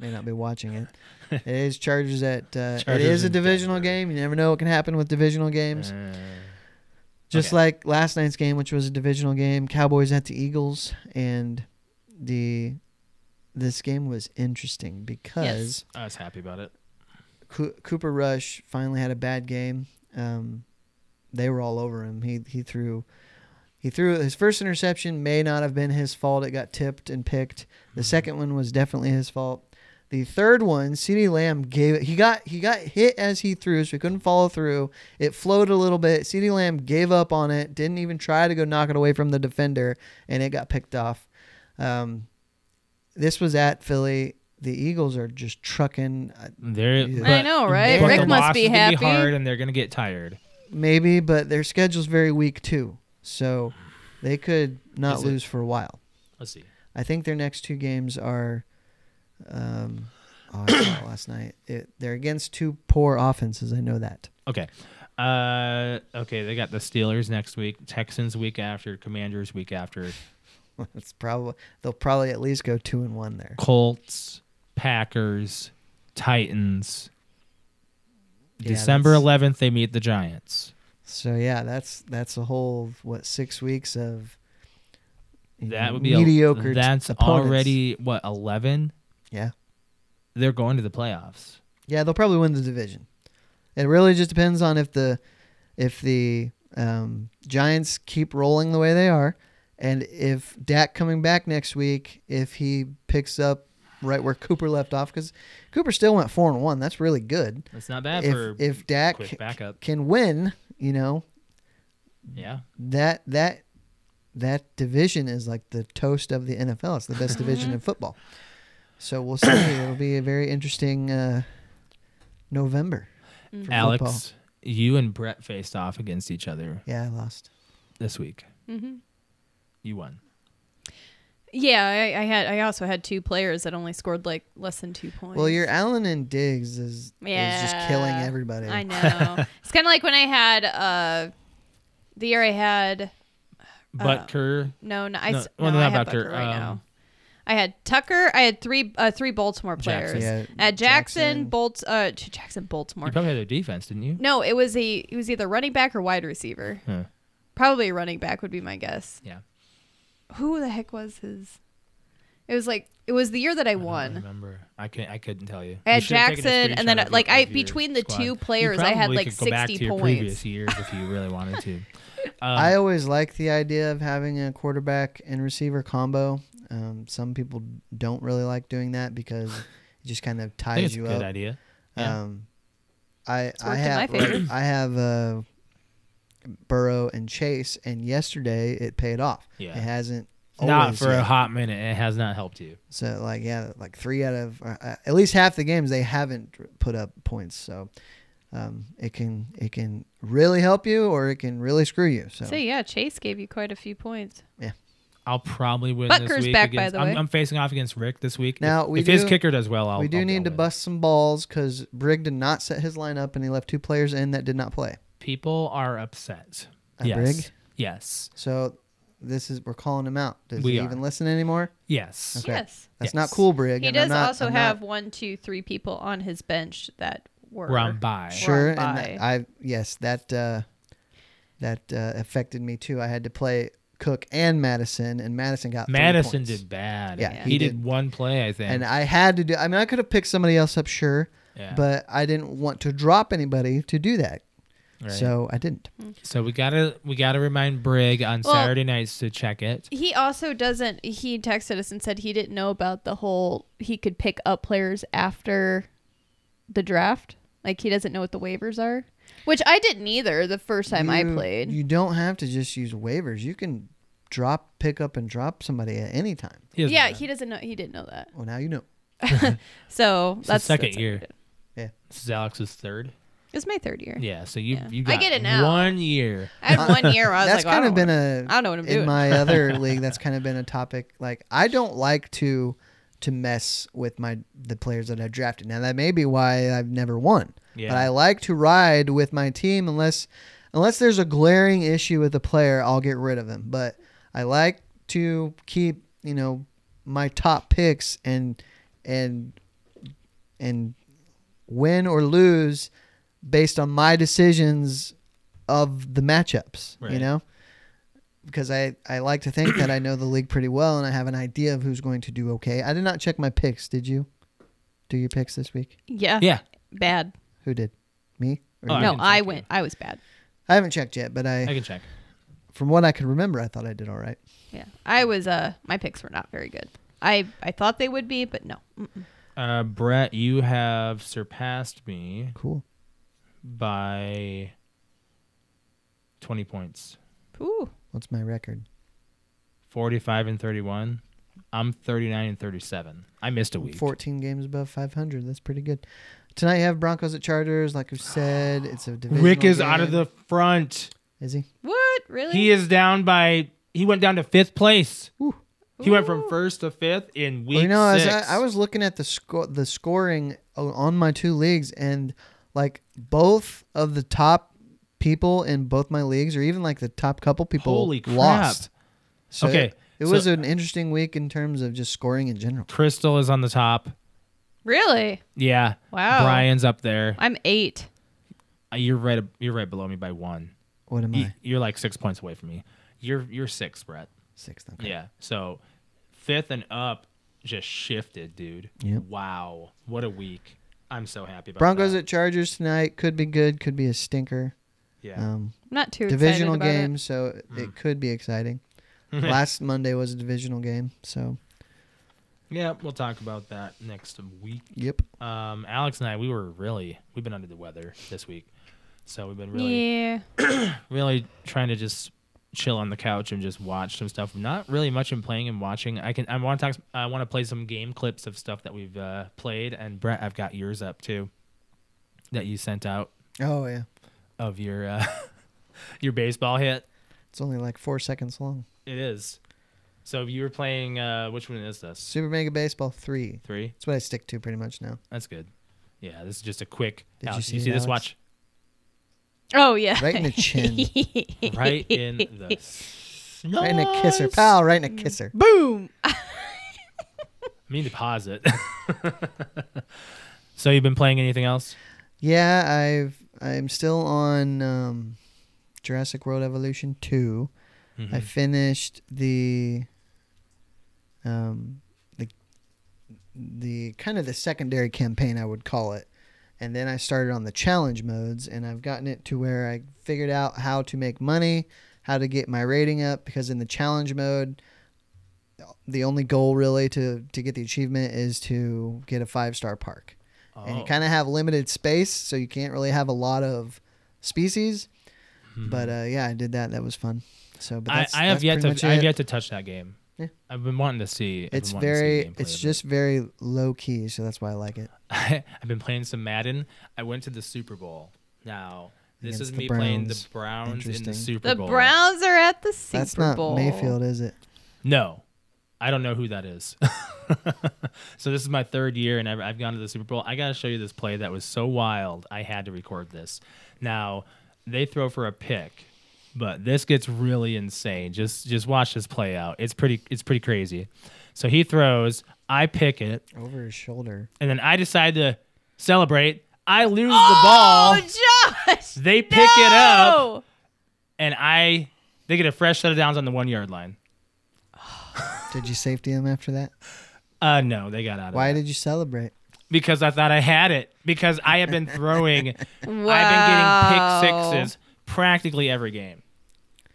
A: May not be watching it. It is Chargers at. Uh,
B: Chargers
A: it is a
B: in
A: divisional
B: Denver.
A: game. You never know what can happen with divisional games.
B: Uh,
A: Just
B: okay.
A: like last night's game, which was a divisional game, Cowboys at the Eagles, and the this game was interesting because
B: I was happy about it.
A: Coo- Cooper Rush finally had a bad game. Um, they were all over him. He he threw he threw his first interception may not have been his fault. It got tipped and picked. The second one was definitely his fault. The third one, CeeDee Lamb gave it. He got he got hit as he threw, so he couldn't follow through. It flowed a little bit. CeeDee Lamb gave up on it, didn't even try to go knock it away from the defender, and it got picked off. Um, this was at Philly. The Eagles are just trucking. uh,
B: They're,
A: I
B: but-
C: know, right?
B: but
A: Rick
B: the
C: must
B: loss
C: be
B: is gonna
C: happy.
B: hard, and they're gonna get tired.
A: Maybe, but their schedule's very weak too. So they could not
B: Is it-
A: lose for a while.
B: Let's see.
A: I think their next two games are. Um, oh, I saw it last night. It, they're against two poor offenses. I know that.
B: Okay. Uh, okay, they got the Steelers next week, Texans week after, Commanders week after,
A: It's probably they'll probably at least go two and one there.
B: Colts, Packers, Titans.
A: Yeah,
B: December
A: that's-
B: 11th, they meet the Giants.
A: So yeah, that's that's a whole what six weeks of
B: That would be a-
A: mediocre. t-
B: that's
A: opponents.
B: already what 11.
A: yeah
B: They're going to the playoffs.
A: yeah they'll probably win the division. It really just depends on if the if the um, Giants keep rolling the way they are, and if Dak coming back next week, if he picks up right where Cooper left off, because Cooper still went four and one. That's really good.
B: That's not bad for
A: If if Dak
B: quick backup.
A: can win, you know
B: Yeah.
A: that that that division is like the toast of the NFL. It's the
C: Mm-hmm.
A: best division in football. So we'll see. It'll be a very interesting uh, November.
C: Mm-hmm.
A: for
B: Alex,
A: football.
B: you and Brett faced off against each other
A: Yeah, I lost.
B: this week.
C: Mm-hmm.
B: You won.
C: Yeah, I, I had. I also had two players that only scored like less than two points.
A: Well, your Allen and Diggs is is just killing
C: Oh, Yeah,
A: everybody.
C: I know. it's kind of like when I had uh, the year I had
B: Butker.
C: no, no, I
B: Uh, No,
C: s-
B: well,
C: no, I
B: not
C: have
B: Butker,
C: Butker right
B: um,
C: now. I had Tucker. I had three uh, three Baltimore
B: Jackson.
C: players.
A: Yeah,
C: At Uh, Jackson,
A: Jackson.
C: Bolt uh J- Jackson Baltimore.
B: You probably had their defense, didn't you?
C: no, it was a it was either running back or wide receiver.
B: Huh.
C: Probably a running back would be my guess.
B: Yeah.
C: Who the heck was his? It was like it was the year that I
B: I don't
C: won.
B: remember. I can I couldn't tell you.
C: I
B: You
C: had
B: should have taken a
C: Jackson, and then,
B: screenshot of
C: like,
B: your-
C: I-
B: of your
C: between the
B: squad.
C: two
B: You
C: players, I had,
B: probably
C: like,
B: could go back
C: 60
B: to your
C: points.
B: previous years if you really wanted to.
A: I
B: Um,
A: always like the idea of having a quarterback and receiver combo. Um, some people don't really like doing that because it just kind of
B: I think
A: ties
B: it's a
A: you
B: good
A: up.
B: idea. Yeah.
A: Um, I I
C: worked in
A: have
C: my favor.
A: I have uh, Burrow and Chase, and yesterday it paid off.
B: Yeah.
A: It hasn't
B: not
A: always
B: for a
A: yet.
B: hot minute. It has not helped you.
A: so like yeah like three out of uh, uh, at least half the games they haven't put up points. So um, it can it can really help you or it can really screw you. So
C: So yeah, Chase gave you quite a few points.
B: I'll probably win this
C: Butker's
B: week.
C: back, by
B: against,
C: the
B: I'm,
C: way.
B: I'm facing off against Rick this week.
A: Now,
B: if,
A: we
B: if his
A: do-
B: kicker does well, I'll.
A: we do
B: I'll- I'll
A: need to
B: win.
A: bust some balls because Brig did not set his lineup and he left two players in that did not play.
B: People are upset.
A: Uh,
B: yes.
A: Brig?
B: Yes.
A: So this is we're calling him out. Does
B: We
A: he
B: are.
A: even listen anymore?
B: Yes.
A: Okay.
C: Yes.
A: That's
B: Yes.
A: not cool, Brig.
C: He
A: and I'm
C: does
A: not-
C: also
A: I'm not
C: have one, two, three people on his bench that were
B: We're on bye.
A: sure, and
C: by.
A: that- I yes, that uh, that uh, affected me too. I had to play Cook and Madison, and Madison got three
B: Madison
A: points.
B: did bad.
A: Yeah,
B: He,
A: he
B: did,
A: did.
B: one play, I think.
A: and I had to do. I mean, I could have picked somebody else up, sure,
B: yeah.
A: but I didn't want to drop anybody to do that,
B: Right.
A: so I didn't.
B: So we gotta we gotta remind Brig on
C: Well-
B: Saturday nights to check it.
C: He also doesn't. He texted us and said he didn't know about the whole he could pick up players after the draft. Like he doesn't know what the waivers are, which I didn't either the first time I
A: You-
C: played.
A: You don't have to just use waivers. You can drop, pick up, and drop somebody at any time.
B: He doesn't
C: yeah,
B: know.
C: he doesn't know. He didn't know that.
A: Well, now you know.
C: So
B: It's
C: that's
B: the second
C: that's what I
B: year.
C: did.
B: This is Alex's third.
C: It's my third year.
B: Yeah. So you
C: Yeah.
B: you
C: I
B: got
C: get it now.
B: one year.
C: I had one year. Where I was
A: that's
C: like, well, I
A: kind of
C: don't
A: been a
C: I don't know what I'm
A: in
C: doing.
A: my other league that's kind of been a topic like i don't like to to mess with my the players that i've drafted now that may be why i've never won
B: Yeah.
A: but i like to ride with my team unless unless there's a glaring issue with a player i'll get rid of him but i like to keep you know my top picks and and and win or lose based on my decisions of the matchups you
B: Right.
A: know because I, I like to think that I know the league pretty well and I have an idea of who's going to do okay. I did not check my picks. Did you? Do your picks this week?
C: yeah,
B: yeah.
C: bad.
A: Who did? Me?
B: Oh,
A: Or you?
B: I
C: no,
B: can
C: I
B: check
C: went. I was bad.
A: I haven't checked yet, but I,
B: I can check.
A: from what I can remember, I thought I did all right.
C: Yeah, I was. Uh, my picks were not very good. I I thought they would be, but no. Mm-mm.
B: Uh, Brett, you have surpassed me
A: Cool.
B: by 20 points.
C: Ooh,
A: What's my record?
B: 45 and 31. I'm 39 and 37. I missed a week.
A: 14 games above 500. That's pretty good. Tonight you have Broncos at Chargers. Like we've said, it's a division.
B: Rick is out of the front.
A: Is he?
C: what really?
B: He is down by. He went down to fifth place.
A: Ooh.
B: He went from
C: Ooh.
B: first to fifth in week
A: Well, you know, I was,
B: six.
A: I, I was looking at the score, the scoring o- on my two leagues, and like both of the top people in both my leagues, or even like the top couple people,
B: Holy crap.
A: lost. So
B: Okay,
A: it, it
B: so-
A: was an interesting week in terms of just scoring in general.
B: Crystal is on the top.
C: really
B: Yeah.
C: wow.
B: Brian's up there.
C: I'm eight.
B: Uh, You're right. You're right below me by one.
A: What am
B: Y-
A: I?
B: You're like six points away from me. You're you're sixth, Brett.
A: Sixth. Okay.
B: Yeah. So fifth and up just shifted, dude.
A: Yep.
B: Wow. What a week. I'm so happy about
A: Broncos
B: that.
A: at Chargers tonight could be good, could be a stinker.
B: Yeah. Mm.
A: Um,
C: I'm not too
A: divisional
C: excited about
A: game, so it could be exciting. Last Monday was a divisional game, so
B: yeah. We'll talk about that next week.
A: yep.
B: Um, Alex and I, we were really we've been under the weather this week, so we've been
C: It.
B: really
C: Yeah,
B: really trying to just chill on the couch and just watch some stuff. Not really much in playing and watching. I can I want to talk. I want to play some game clips of stuff that we've uh, played. And Brett, I've got yours up too, that you sent out
A: Oh yeah,
B: of your uh, your baseball hit.
A: it's only like four seconds long.
B: It is. So you were playing. Uh, which one is this?
A: Super Mega Baseball three.
B: Three.
A: That's what I stick to pretty much now.
B: That's good. Yeah, this is just a quick.
A: Did you
B: Alex,
A: see
B: you
A: it,
B: see this?
A: Alex?
B: Watch
C: Oh yeah.
A: Right in the chin,
B: right in the. s-
A: right in a kisser, pal. Right in a kisser.
C: Boom.
B: I mean to pause it. so you've been playing anything else?
A: Yeah, I've I'm still on um, Jurassic World Evolution 2 I finished the um the the kind of the secondary campaign I would call it, and then I started on the challenge modes, and I've gotten it to where I figured out how to make money, how to get my rating up, because in the challenge mode. The only goal really to, to get the achievement is to get a five star park
B: Oh.
A: and you kind of have limited space, so you can't really have a lot of species. But uh, yeah, I did that. That was fun. So, but
B: Hmm. I,
A: that's,
B: I have
A: that's
B: yet to
A: pretty much
B: I've
A: it.
B: yet to touch that game.
A: Yeah.
B: I've been wanting to see. I've
A: It's
B: been wanting to see
A: very,
B: gameplay
A: it's
B: of it.
A: just very low key, so that's why I like it.
B: I've been playing some Madden. I went to the Super Bowl. Now this
A: Against
B: is
A: the
B: me playing the Browns in
A: Interesting.
B: the Super
C: The
B: Bowl.
C: Browns are at the Super
A: that's not
C: Bowl.
A: Mayfield, is it?
B: No, I don't know who that is. so this is my third year, and I've, I've gone to the Super Bowl. I got to show you this play that was so wild. I had to record this. Now they throw for a pick, but this gets really insane. Just just watch this play out. It's pretty it's pretty crazy. So he throws. I pick it,
A: Over his shoulder.
B: and then I decide to celebrate. I lose the ball.
C: Oh, Josh.
B: They pick it up,
C: No!
B: and I they get a fresh set of downs on the one yard line.
A: Did you safety him after that?
B: Uh, no, they got out. of
A: Why
B: that.
A: did you celebrate?
B: because I thought I had it because I have been throwing I've been
C: Wow.
B: getting pick sixes practically every game.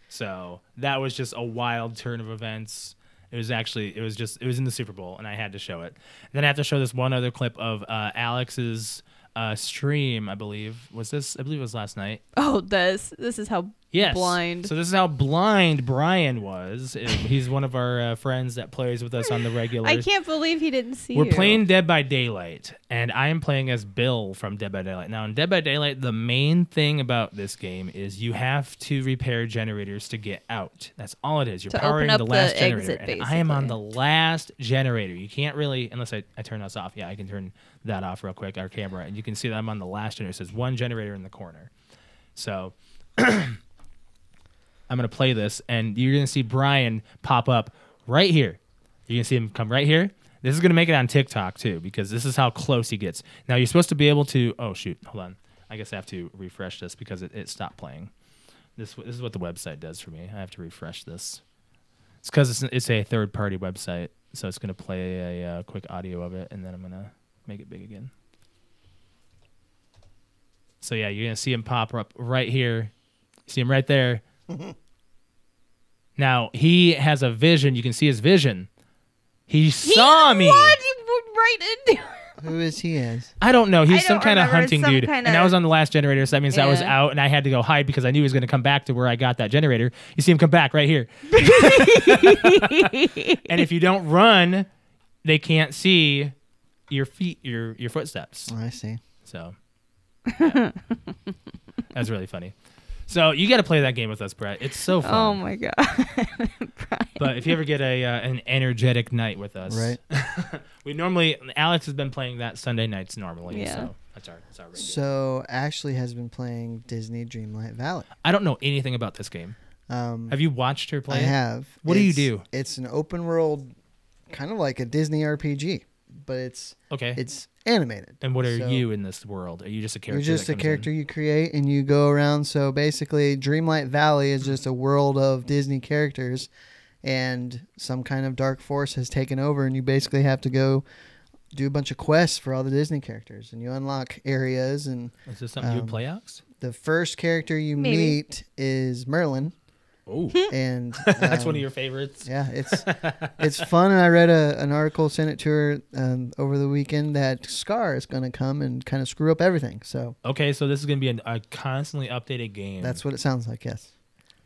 B: So that was just a wild turn of events. It was actually it was just it was in the Super Bowl and I had to show it. Then I have to show this one other clip of uh, Alex's uh, stream, I believe. Was this I believe it was last night.
C: Oh, this this is how
B: Yes.
C: blind.
B: So this is how blind Brian was. He's one of our uh, friends that plays with us on the regular.
C: I can't believe he didn't see.
B: We're
C: you.
B: playing Dead by Daylight, and I am playing as Bill from Dead by Daylight. Now, in Dead by Daylight, the main thing about this game is you have to repair generators to get out. That's all it is. You're
C: To open
B: powering
C: up
B: the
C: the
B: last generator.
C: exit,
B: and I am on the
C: basically.
B: last generator. You can't really, unless I, I turn this off. Yeah, I can turn that off real quick, our camera. And you can see that I'm on the last generator. It says one generator in the corner. So I'm going to play this, and you're going to see Brian pop up right here. You're going to see him come right here. This is going to make it on TikTok too, because this is how close he gets. Now, you're supposed to be able to. Oh, shoot. Hold on. I guess I have to refresh this because it, it stopped playing. This, w- this is what the website does for me. I have to refresh this. It's because it's, it's a third party website, so it's going to play a uh, quick audio of it, and then I'm going to make it big again. So, yeah, you're going to see him pop up right here see him right there. now he has a vision. You can see his vision. He saw me.
C: What? He walked right into
A: Who is he as?
B: I don't know.
C: I
B: He's some
C: don't
B: kind of
C: remember. It's
B: hunting
C: some
B: dude.
C: kinda-
B: And I was on the last generator, so that means I was
C: Yeah.
B: out and I had to go hide because I knew he was going to come back to where I got that generator. You see him come back right here. and if you don't run, they can't see your feet, your your footsteps.
A: Oh, I see.
B: So yeah. that's really funny. So you got to play that game with us, Brett. It's so fun.
C: Oh my god.
B: But if you ever get a uh, an energetic night with us,
A: Right.
B: We normally Alex has been playing that Sunday nights normally.
C: Yeah.
B: So that's our that's our. regular.
A: So Ashley has been playing Disney Dreamlight Valley.
B: I don't know anything about this game.
A: Um,
B: Have you watched her play?
A: I
B: it?
A: have.
B: What do you
A: It's-
B: do?
A: It's an open world, kind of like a Disney RPG, but it's
B: Okay.
A: it's animated.
B: and what are
A: so-
B: you in this world? Are you just a character?
A: You're just
B: that
A: a
B: comes
A: character
B: in?
A: you create and you go around. So basically, Dreamlight Valley is just a world of Disney characters, and some kind of dark force has taken over, and you basically have to go do a bunch of quests for all the Disney characters, and you unlock areas. And
B: Is this something you
A: um,
B: would play, Alex?
A: the first character you
C: Maybe.
A: meet is Merlin,
B: Oh,
A: and
B: that's one
A: um,
B: of your favorites.
A: Yeah, it's it's fun, and I read a, an article sent it to her um, over the weekend that Scar is going to come and kind of screw up everything. So
B: Okay, so this is gonna be an, a constantly updated game.
A: that's what it sounds like. Yes,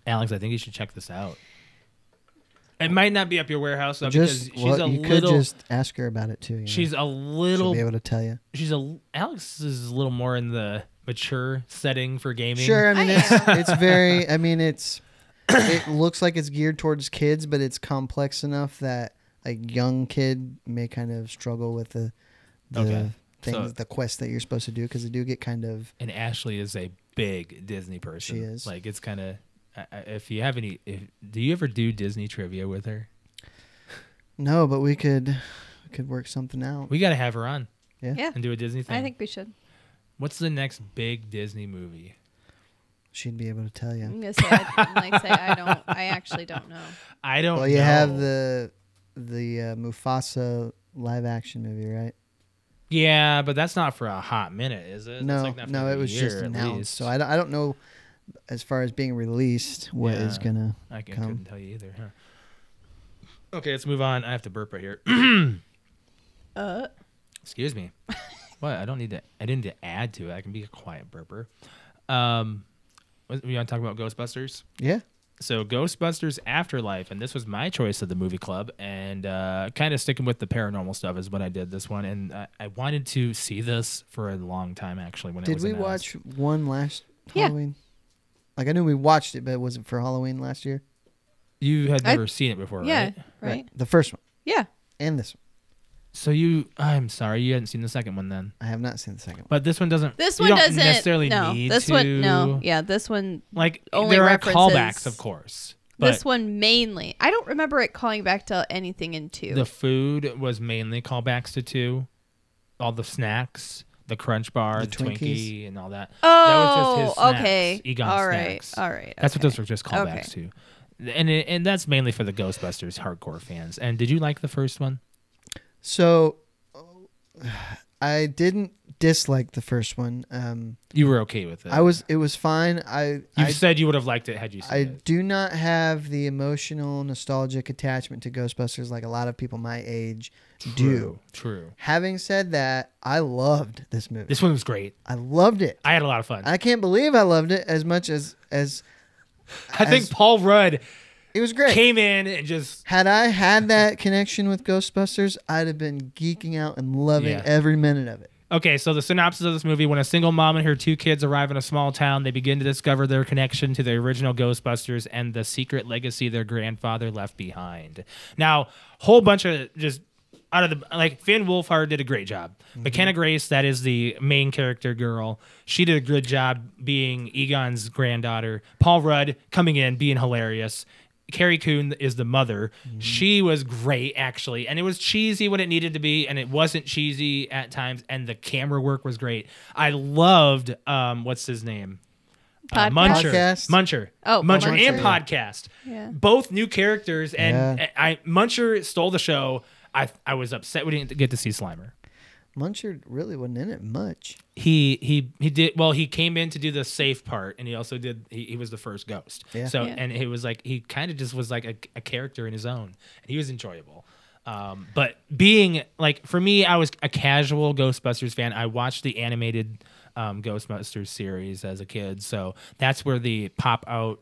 B: Alex. I think you should check this out. It might not be up your warehouse though,
A: just
B: because she's
A: well,
B: a
A: you
B: little.
A: could just ask her about it too. You know?
B: she's a
A: She'll
B: little.
A: be able to tell you.
B: She's a. Alex is a little more in the mature setting for gaming.
A: Sure, I mean
C: I
A: it's it's very. I mean it's it looks like it's geared towards kids, but it's complex enough that a young kid may kind of struggle with the the
B: Okay.
A: things,
B: So-
A: the quests that you're supposed to do because they do get kind of
B: and Ashley is a big Disney person.
A: She is.
B: Like it's kind of if you have any. If, do you ever do Disney trivia with her?
A: no, but we could we could work something out.
B: We got to have her on
C: Yeah.
B: and do a Disney thing.
C: I think we should.
B: What's the next big Disney movie?
A: She'd be able to tell you.
C: I'm gonna say I, like say I don't. I actually don't know.
B: I don't.
A: Well, you have
B: know.
A: the the uh, Mufasa live action movie, right?
B: Yeah, but that's not for a hot minute, is it? That's
A: no,
B: like not for
A: no,
B: a
A: it was
B: year
A: just
B: at
A: announced.
B: least.
A: So I don't, I don't know as far as being released what is
B: Yeah.
A: gonna.
B: I c- I
A: come.
B: couldn't tell you either. Huh? Okay, let's move on. I have to burp right here.
C: Uh,
B: Excuse me. what? I don't need to. I didn't need to add to it. I can be a quiet burper. Um, was- we want to talk about Ghostbusters?
A: Yeah,
B: so Ghostbusters Afterlife, and this was my choice of the movie club, and uh, kind of sticking with the paranormal stuff is what I did this one, and I, I wanted to see this for a long time actually. When it
A: did
B: was
A: we
B: announced.
A: watch one last
C: Yeah.
A: Halloween? Like I knew we watched it, but it wasn't for Halloween last year.
B: You had
C: I-
B: never seen it before,
C: yeah.
B: right?
C: Right.
A: The first one
C: Yeah.
A: and this one.
B: So you, I'm sorry, you hadn't seen the second one then,
A: I have not seen the second one.
B: but this one doesn't.
C: This
B: you
C: one
B: don't
C: doesn't
B: necessarily
C: no.
B: need
C: this
B: to.
C: one no. Yeah. This one.
B: Like
C: Only
B: there
C: references-
B: are callbacks, of course. But
C: this one mainly. I don't remember it calling back to anything in two.
B: The food was mainly callbacks to two, all the snacks, the Crunch Bar,
A: The
B: the,
A: Twinkies.
B: Twinkie, and all that.
C: oh.
B: that was just his snacks.
C: okay.
B: Egon
C: all right.
B: snacks.
C: All right.
B: That's what
C: okay.
B: those were just callbacks to. And it, and that's mainly for the Ghostbusters hardcore fans. And did you like the first one?
A: So I didn't dislike the first one. Um,
B: You were okay with it.
A: I was. It was fine. I.
B: You
A: I
B: said you would have liked it had you seen
A: I
B: it.
A: do not have the emotional, nostalgic attachment to Ghostbusters like a lot of people my age do.
B: True, True.
A: Having said that, I loved this movie.
B: This one was great.
A: I loved it.
B: I had a lot of fun. I,
A: I can't believe I loved it as much as as
B: think
A: as-
B: Paul Rudd
A: it was great.
B: came in and just
A: had I had that connection with Ghostbusters, I'd have been geeking out and loving
B: Yeah.
A: every minute of it.
B: Okay, so the synopsis of this movie when a single mom and her two kids arrive in a small town, they begin to discover their connection to the original Ghostbusters and the secret legacy their grandfather left behind. Now, whole bunch of just out of the like Finn Wolfhard did a great job. McKenna Grace, that is the main character girl, she did a good job being Egon's granddaughter. Paul Rudd coming in being hilarious. Carrie Coon is the mother.
A: Mm-hmm.
B: She was great, actually. And it was cheesy when it needed to be, and it wasn't cheesy at times. And the camera work was great. I loved, um, what's his name? Uh,
C: Podcast?
B: Muncher.
A: Podcast?
B: Muncher.
C: Oh,
B: Muncher,
A: Muncher,
B: and
A: yeah.
B: Podcast.
C: Yeah.
B: Both new characters. And
A: Yeah.
B: I Muncher stole the show. I, I was upset we didn't get to see Slimer.
A: Muncher really wasn't in it much.
B: he he he did well he came in to do the safe part and he also did he, he was the first ghost
A: Yeah.
B: so
C: Yeah.
B: and it was like he kind of just was like a, a character in his own and he was enjoyable um, but being like for me i was a casual ghostbusters fan i watched the animated um, ghostbusters series as a kid so that's where the pop out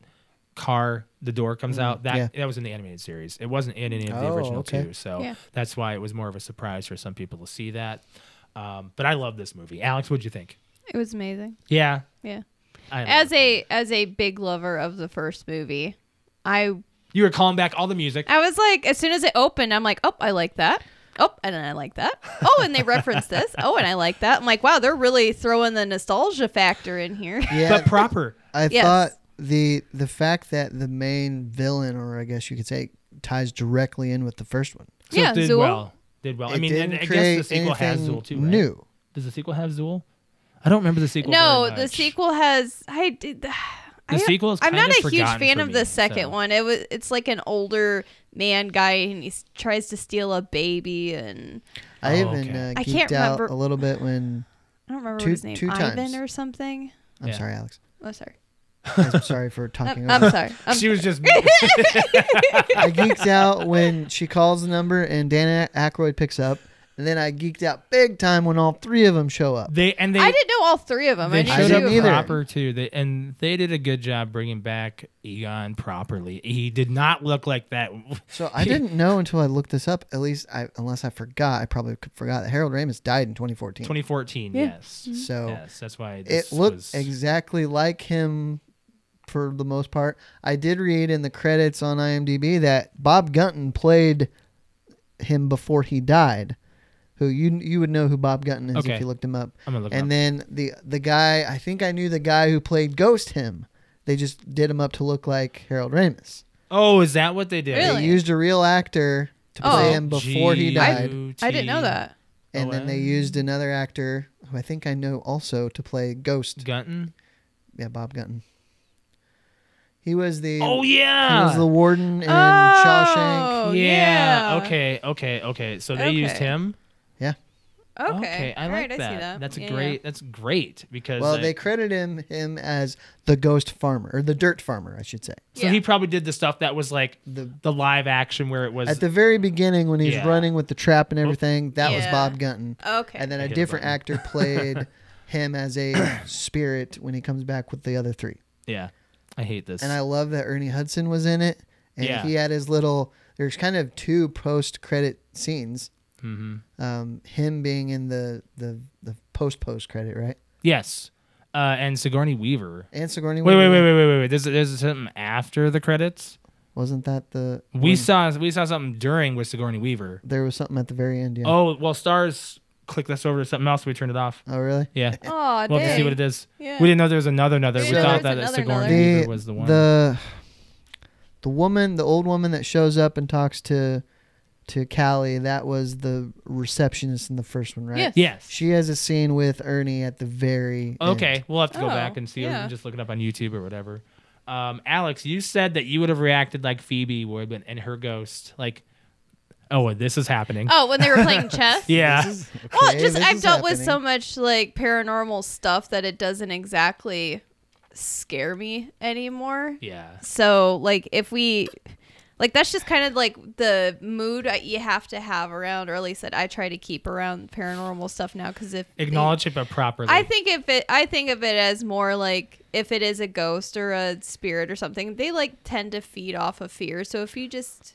B: car the door comes out that
A: Mm. yeah.
B: that was in the animated series it wasn't in any of the
A: Oh,
B: original
A: okay.
B: two so
C: Yeah.
B: that's why it was more of a surprise for some people to see that um, but i love this movie alex what'd you think
C: It was amazing.
B: yeah.
C: Yeah.
B: I don't
C: As
B: know.
C: a as a big lover of the first movie, I
B: you were calling back all the music.
C: I was like, as soon as it opened, I'm like, oh, I like that. Oh, and then I like that. Oh, and they reference this. Oh, and I like that. I'm like, wow, they're really throwing the nostalgia factor in here.
A: Yeah,
B: But proper.
A: I
C: Yes.
A: thought the the fact that the main villain, or I guess you could say, ties directly in with the first one.
B: So
C: Yeah,
B: it did
C: Zool.
B: well. Did well. I
A: It
B: mean, and
A: didn't
B: I guess the
A: create
B: sequel has
A: anything
B: Zool too. Right?
A: New.
B: Does the sequel have Zool? I don't remember the sequel.
C: no,
B: very
C: the
B: much.
C: sequel has I did. I,
B: sequel is
C: I'm
B: kind
C: not
B: of
C: a huge
B: forgotten
C: fan
B: for
C: of
B: me,
C: the second
B: so-
C: one. It was it's like an older man guy and he s- tries to steal a baby and
A: I
B: Oh,
A: even
B: okay.
A: uh,
C: I
A: geeked
C: can't
A: out
C: remember-
A: a little bit when.
C: I don't remember
A: Two-
C: what his name
A: two
C: Ivan
A: times.
C: or something.
A: I'm
B: Yeah.
A: sorry, Alex.
C: Oh, sorry. Oh,
A: I'm sorry for talking.
C: I'm,
A: over.
C: I'm sorry. I'm
B: She was just.
A: I geeked out when she calls the number and Dan Aykroyd picks up, and then I geeked out big time when all three of them show up.
B: they and they.
C: I didn't know all three of them.
B: They
C: I knew
B: showed
C: two
B: up
C: of
A: either.
C: them.
B: proper too. They and they did a good job bringing back Egon properly. He did not look like that.
A: So I didn't know until I looked this up. At least, I unless I forgot, I probably c- forgot that Harold Ramis died in 2014.
B: 2014.
C: Yeah.
B: Yes.
A: So
B: Yes. That's why
A: it
B: this
A: looked
B: was-
A: exactly like him for the most part. I did read in the credits on IMDb that Bob Gunton played him before he died. Who you you would know who Bob Gunton is
B: Okay.
A: if you looked him up.
B: I'm gonna look it
A: and
B: up.
A: then the the guy I think I knew the guy who played Ghost him. They just did him up to look like Harold Ramis.
B: Oh, is that what they did?
C: Really?
A: They used a real actor to play
C: Oh.
A: him before he died,
C: I didn't know that.
A: and then they used another actor who I think I know also to play Ghost.
B: Gunton.
A: Yeah, Bob Gunton. He was the
B: Oh
A: he
B: yeah.
A: was the warden in Shawshank.
C: Oh,
B: yeah.
C: yeah.
B: Okay. Okay. Okay. So they used
C: Okay.
B: him.
C: Okay.
B: I
C: All
B: like
C: right,
B: that.
C: I see that.
B: That's a
C: Yeah, yeah.
B: great. That's great because
A: Well,
B: like,
A: they credit him him as the ghost farmer or the dirt farmer, I should say.
B: so
C: Yeah.
B: he probably did the stuff that was like
A: The
B: the live action where it was.
A: at the very beginning when he's
B: Yeah.
A: running with the trap and everything, that was
C: Yeah.
A: Bob Gunton.
C: Okay.
A: And then
B: I
A: a
B: hit a
A: different
B: button.
A: actor played him as a spirit when he comes back with the other three.
B: yeah, I hate this.
A: And I love that Ernie Hudson was in it. And
B: Yeah.
A: he had his little, there's kind of two post credit scenes.
B: mm-hmm.
A: Um, him being in the, the, the post post credit, right?
B: Yes, uh, and Sigourney Weaver.
A: And Sigourney
B: Wait, wait,
A: Weaver.
B: wait, wait, wait, wait, wait. There's there's something after the credits.
A: Wasn't that the.
B: We
A: when
B: saw we saw something during with Sigourney Weaver.
A: There was something at the very end, yeah.
B: Oh well, stars clicked us over to something else. We turned it off.
A: Oh, really?
B: Yeah,
C: Oh,
B: we'll have to see what it is.
C: Yeah.
B: We didn't know there was another another.
C: We
B: We
A: didn't know
B: thought
C: there
B: that
C: was another
B: Sigourney
C: another.
B: Weaver was the one.
A: The the woman, the old woman that shows up and talks to to Callie, that was the receptionist in the first one, right?
C: Yes.
B: yes.
A: She has a scene with Ernie at the very
B: Okay,
A: end.
B: we'll have to go
C: Oh,
B: back and see, or we
C: yeah.
B: can just look it up on YouTube or whatever. Um, Alex, you said that you would have reacted like Phoebe would, but and her ghost, like, oh, this is happening.
C: Oh, when they were playing chess.
B: yeah,
A: This is-
C: Well,
A: okay,
C: just
A: this
C: I've
A: is
C: dealt with so
A: happening.
C: much like paranormal stuff that it doesn't exactly scare me anymore.
B: yeah,
C: So, like, if we, like, that's just kind of like the mood that you have to have around, or at least that I try to keep around paranormal stuff now. Because if they-
B: acknowledge it but properly.
C: I think if it, I think of it as more like if it is a ghost or a spirit or something, they like tend to feed off of fear. So if you just,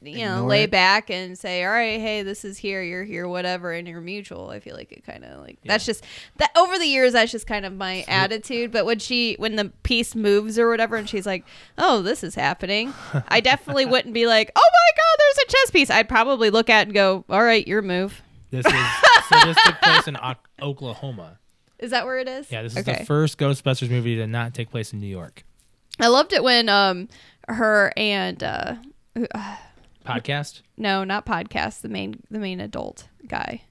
C: you know,
A: Ignore
C: lay
A: it.
C: back and say, "All right, hey, this is here, you're here, whatever," and you're mutual, I feel like it kind of like that's just that over the years that's just kind of my attitude. But when she when the piece moves or whatever, and she's like, "Oh, this is happening," I definitely wouldn't be like, "Oh my god, there's a chess piece." I'd probably look at and go, "All right, your move."
B: this is so. This took place in Oc- Oklahoma.
C: Is that where it is?
B: Yeah, this is the first Ghostbusters movie to not take place in New York.
C: I loved it when um her and uh who- uh,
B: Podcast?
C: no, not podcast, the main the main adult guy.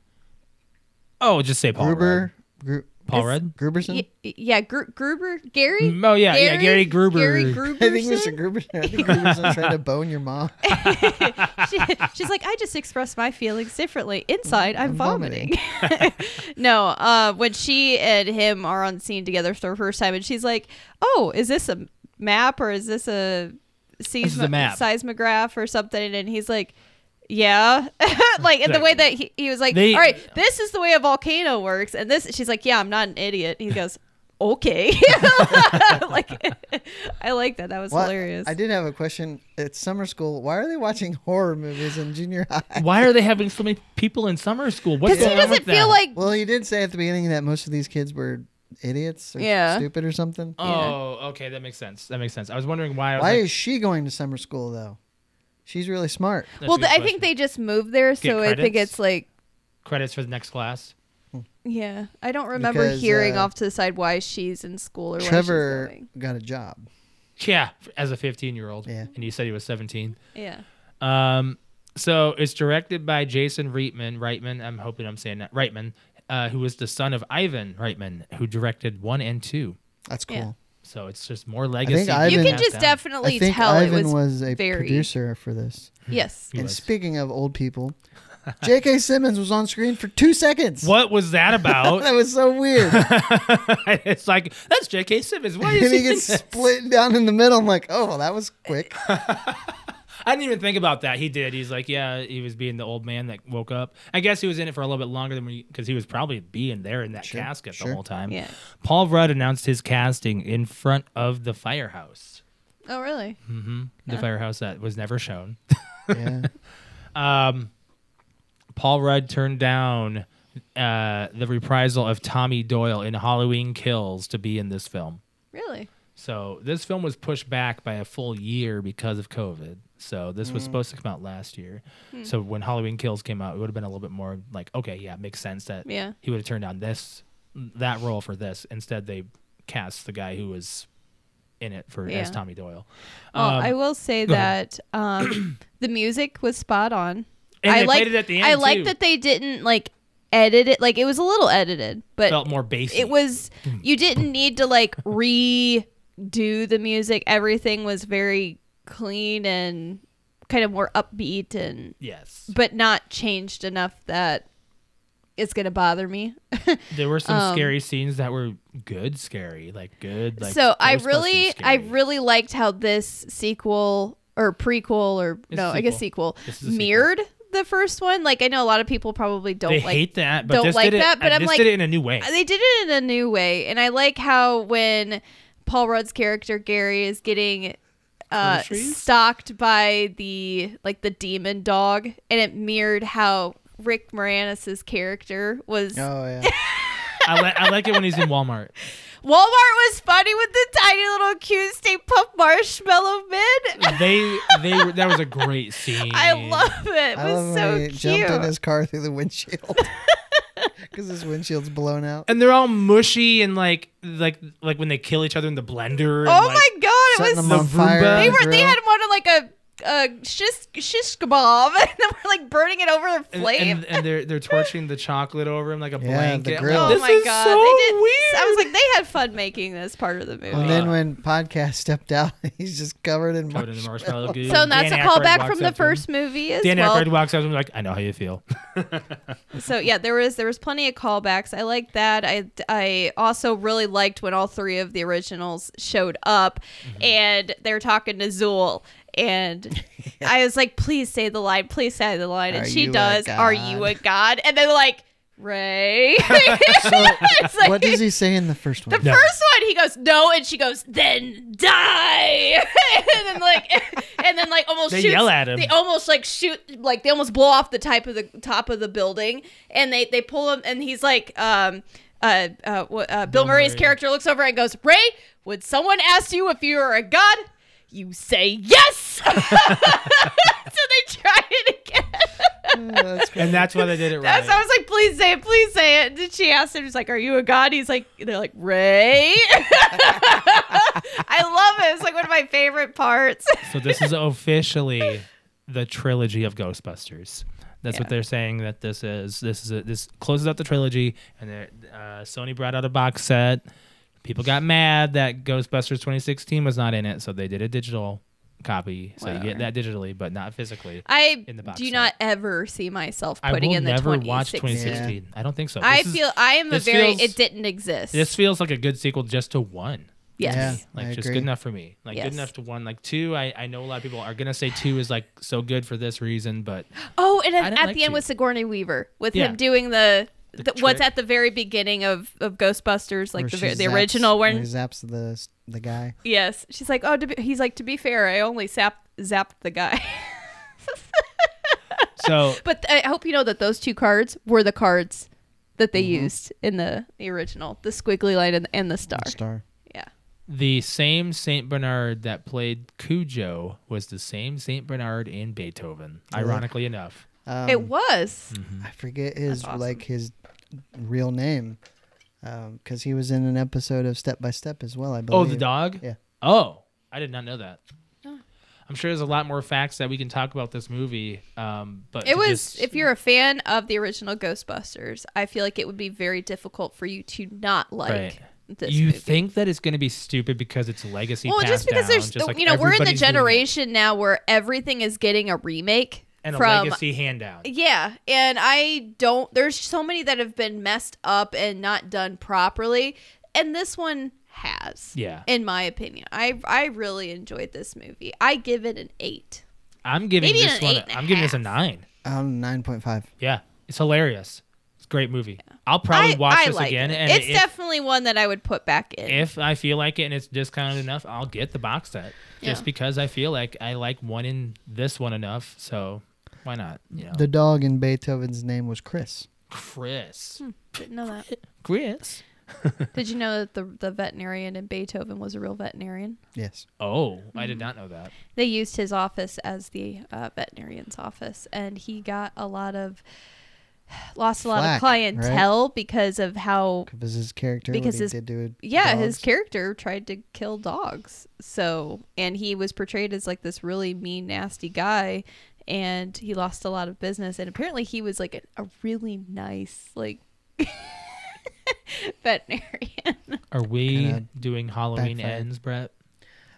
B: Oh, just say Paul.
A: Gruber,
B: Rudd.
A: Gru-
B: Paul
C: It's-
B: Rudd.
A: Gruberson?
C: Y- yeah, Gru- Gruber, Gary.
B: Mm, Oh yeah, yeah, Gary Gruber.
C: Gary
A: I think Mr.
C: Gruberson?
A: Gruberson, I think Gruberson's trying to bone your mom.
C: She- she's like, I just express my feelings differently. Inside, I'm,
A: I'm
C: vomiting.
A: vomiting."
C: no, uh, when she and him are on scene together for the first time, and she's like, "Oh, is this a map or is this a,
B: is a
C: seismo-
B: map.
C: seismograph or something?" And he's like. Yeah, like in the way that he, he was like,
B: They-
C: all right, this is the way a volcano works, and this she's like, yeah, I'm not an idiot. He goes, okay, like I like that. That was
A: Well,
C: hilarious.
A: I did have a question. At summer school, why are they watching horror movies in junior high?
B: Why are they having so many people in summer school? What's
C: Because he
B: going on
C: doesn't
B: with
C: feel
B: that?
C: like
A: Well, he did say at the beginning that most of these kids were idiots or
C: Yeah.
A: stupid or something.
B: Oh, okay, that makes sense. That makes sense. I was wondering why. I was
A: Why
B: like,
A: is she going to summer school though? She's really smart.
B: that's
C: well,
B: a good
C: th- I
B: question.
C: think they just moved there, so I think
B: credits?
C: it's like
B: credits for the next class.
C: yeah. I don't remember
A: Because,
C: hearing
A: uh,
C: off to the side why she's in school or why
A: Trevor
C: she's going.
A: got a job.
B: Yeah, f- as a 15 year old.
A: Yeah.
B: And he said he was 17.
C: Yeah,
B: Um, so it's directed by Jason Reitman. Reitman, I'm hoping I'm saying that. Reitman, uh, who was the son of Ivan Reitman, who directed one and two.
A: That's cool.
C: Yeah.
B: So it's just more legacy.
A: think Ivan-
C: you
A: Ivan
C: can
B: passed
C: just
B: down.
C: definitely
A: I think
C: tell it
A: Ivan
C: was,
A: was, a
C: very-
A: producer for this.
C: yes.
B: He
A: and
B: was.
A: speaking of old people, J.K. Simmons was on screen for two seconds.
B: What was that about?
A: That was so weird.
B: it's like that's J.K. Simmons. Why is
A: and
B: he?
A: he gets
B: in this?
A: split down in the middle. I'm like, oh, well, that was quick.
B: I didn't even think about that. He did. He's like, yeah, he was being the old man that woke up. I guess he was in it for a little bit longer than we, because he was probably being there in that
A: Sure,
B: casket the
A: sure.
B: whole time.
C: Yeah.
B: Paul Rudd announced his casting in front of the firehouse.
C: Oh, really?
B: hmm The firehouse that was never shown.
A: yeah.
B: Um, Paul Rudd turned down uh, the reprisal of Tommy Doyle in Halloween Kills to be in this film.
C: Really?
B: So this film was pushed back by a full year because of COVID. So this was supposed to come out last year.
C: Hmm.
B: So when Halloween Kills came out, it would have been a little bit more like, okay, yeah, it makes sense that
C: Yeah.
B: he would have turned down this that role for this. Instead, they cast the guy who was in it for as
C: Yeah.
B: Tommy Doyle.
C: Well,
B: Um,
C: Oh, I will say
B: go ahead.
C: that um, the music was spot on.
B: And
C: I
B: they
C: like
B: played it at the
C: I
B: end,
C: like
B: too.
C: that they didn't like edit it. Like it was a little edited, but
B: felt more basic.
C: it was you didn't need to like redo the music everything was very clean and kind of more upbeat and
B: yes.
C: but not changed enough that it's gonna bother me
B: There were some
C: Um,
B: scary scenes that were good, scary, like good. Like
C: so i
B: Ghostbusters
C: really i
B: scary.
C: really liked how this sequel or prequel or
B: It's
C: no
B: a
C: i guess sequel
B: sequel. This is a sequel.
C: mirrored the first one like i know a lot of people probably don't
B: they
C: like
B: hate that, but
C: don't
B: this
C: like
B: did it,
C: that, but
B: and
C: I'm
B: this
C: like-
B: did it in a new way.
C: Uh, they did it in a new way and i like how when paul rudd's character gary is getting uh,
B: Groceries?
C: stalked by the like the demon dog and it mirrored how rick moranis's character was
A: Oh, yeah.
B: I, li- I like it when he's in Walmart.
C: walmart was funny with the tiny little cute stay puff marshmallow men
B: They they were, that was a great scene.
C: i love it it
A: I love
C: was
A: when
C: so
A: he jumped in
C: cute
A: his car through the windshield because his windshield's blown out.
B: and they're all mushy and like like like when they kill each other in the blender. and,
C: oh
B: like,
C: my god it
A: Setting
C: was
A: them
B: the
C: so
A: on
B: Roomba.
A: fire.
C: they
A: on the
C: were they
A: grill.
C: had one on like a a shish shish kebab and they were like burning it over the
B: And,
C: flame
B: and, and they're they're torching the chocolate over him like a
A: Yeah, the
B: blanket. I'm like,
A: grill. Oh
B: this is so
C: they did-
B: weird.
C: I was like, they had fun making this part of the movie.
A: And then when podcast stepped out, he's just covered in
B: Covered in the
A: marshmallow.
B: marshmallow goo.
C: so that's
B: Dan
C: a
B: Aykroyd
C: callback
B: walks
C: from the
B: up to him.
C: first movie as
B: Dan
C: well.
B: Aykroyd walks up to him like, I know how you feel.
C: So yeah, there was there was plenty of callbacks. I liked that. I I also really liked when all three of the originals showed up,
B: Mm-hmm.
C: and they're talking to Zool, and I was like, please say the line, please say the line, and
A: Are
C: she
A: you a
C: does. Are you a god? And they're like, Ray. It's like-
A: What does he say in the first one?
C: The first one, he goes no, and she goes then die, and then like, and then like almost
B: They
C: shoots-
B: yell at him.
C: They almost like shoot, like they almost blow off the type of the top of the building, and they they pull him, and he's like, um, uh, uh, wha- uh Bill,
B: Bill
C: Murray's
B: Murray.
C: character looks over and goes, Ray, would someone ask you if you were a god? You say yes. so they try it again.
A: Oh, that's great.
B: And that's why they did it right.
C: That's, I was like, please say it, please say it. And she asked him, she's like, Are you a god? He's like, They're like, Ray. I love it. It's like one of my favorite parts.
B: So this is officially the trilogy of Ghostbusters. That's
C: Yeah.
B: what they're saying that this is. This is a, this closes out the trilogy, and they're- uh, Sony brought out a box set. People got mad that Ghostbusters 2016 was not in it, so they did a digital copy. So you
C: Whatever.
B: get that digitally, but not physically.
C: I
B: In the box
C: do
B: set.
C: not ever see myself
B: I
C: putting
B: will
C: in the
B: never
C: 2016.
B: watch 2016. I don't think so.
C: I
B: This is-
C: feel I am a
B: this
C: very
B: feels-
C: it didn't exist.
B: this feels like a good sequel just to one.
C: yes.
A: Yeah.
B: Like
A: I
B: just
A: agree.
B: good enough for me. Like
C: Yes.
B: good enough to one. Like two, I, I know a lot of people are gonna say two is like so good for this reason, but
C: Oh, and
B: I
C: at,
B: didn't
C: at
B: like
C: the end
B: to.
C: with Sigourney Weaver with
B: Yeah.
C: him doing the,
B: The
C: the- what's
B: trick.
C: at the very beginning of, of Ghostbusters, like
A: Where
C: the,
A: she
C: ver- the
A: zaps-
C: original
A: where
C: one.
A: he zaps the the guy.
C: Yes, she's like, oh, to be, he's like, to be fair, I only zapped zapped the guy.
B: so
C: but I hope you know that those two cards were the cards that they used in the, the original, the squiggly line and, and the star.
A: Star.
C: Yeah.
B: the same Saint Bernard that played Cujo was the same Saint Bernard in Beethoven,
A: Really?
B: ironically enough.
A: Um,
C: it
B: Hmm.
C: was.
A: I forget his
C: awesome.
A: like his real name, because he was in an episode of Step by Step as well. I
B: Oh,
A: believe.
B: the dog?
A: Yeah.
B: Oh, I did not know that.
C: Oh.
B: I'm sure there's a lot more facts that we can talk about this movie. Um, but
C: It
B: to
C: was.
B: just-
C: If you're a fan of the original Ghostbusters, I feel like it would be very difficult for you to not like
B: Right.
C: this.
B: you
C: movie.
B: think that it's going to be stupid because it's legacy.
C: Well,
B: passed
C: just because
B: down,
C: there's,
B: just like
C: you know, we're in the
B: everybody's doing it,
C: generation now where everything is getting a remake
B: and a
C: from
B: legacy hand down.
C: Yeah, and I don't. There's so many that have been messed up and not done properly, and this one has.
B: Yeah.
C: in my opinion, I I really enjoyed this movie. I give it an eight.
B: I'm giving
C: Maybe
B: this
C: an
B: one.
C: eight and
B: A,
C: a
B: I'm giving this a
C: half.
B: nine.
A: Um, nine point five.
B: Yeah, it's hilarious. It's a great movie. I'll probably
C: I,
B: watch
C: I
B: this
C: like
B: again.
C: it.
B: And
C: it's
B: if,
C: definitely one that I would put back in.
B: if I feel like it and it's discounted enough, I'll get the box set. Just
C: Yeah.
B: because I feel like I like one in this one enough, so why not? You know,
A: The dog in Beethoven's name was Chris.
B: Chris.
C: Hmm. Didn't know that.
B: Chris.
C: Did you know that the the veterinarian in Beethoven was a real veterinarian?
A: Yes.
B: Oh, I
C: Hmm.
B: did not know that.
C: they used his office as the uh, veterinarian's office, and he got a lot of lost a lot
A: Flack,
C: of clientele because of how
A: Because his character. what
C: Because
A: he
C: his-
A: did to it.
C: yeah his character tried to kill dogs. So and he was portrayed as like this really mean, nasty guy, and he lost a lot of business. And apparently, he was like a, a really nice like veterinarian.
B: Are we
A: Kinda
B: doing Halloween
A: backfired.
B: ends, Brett?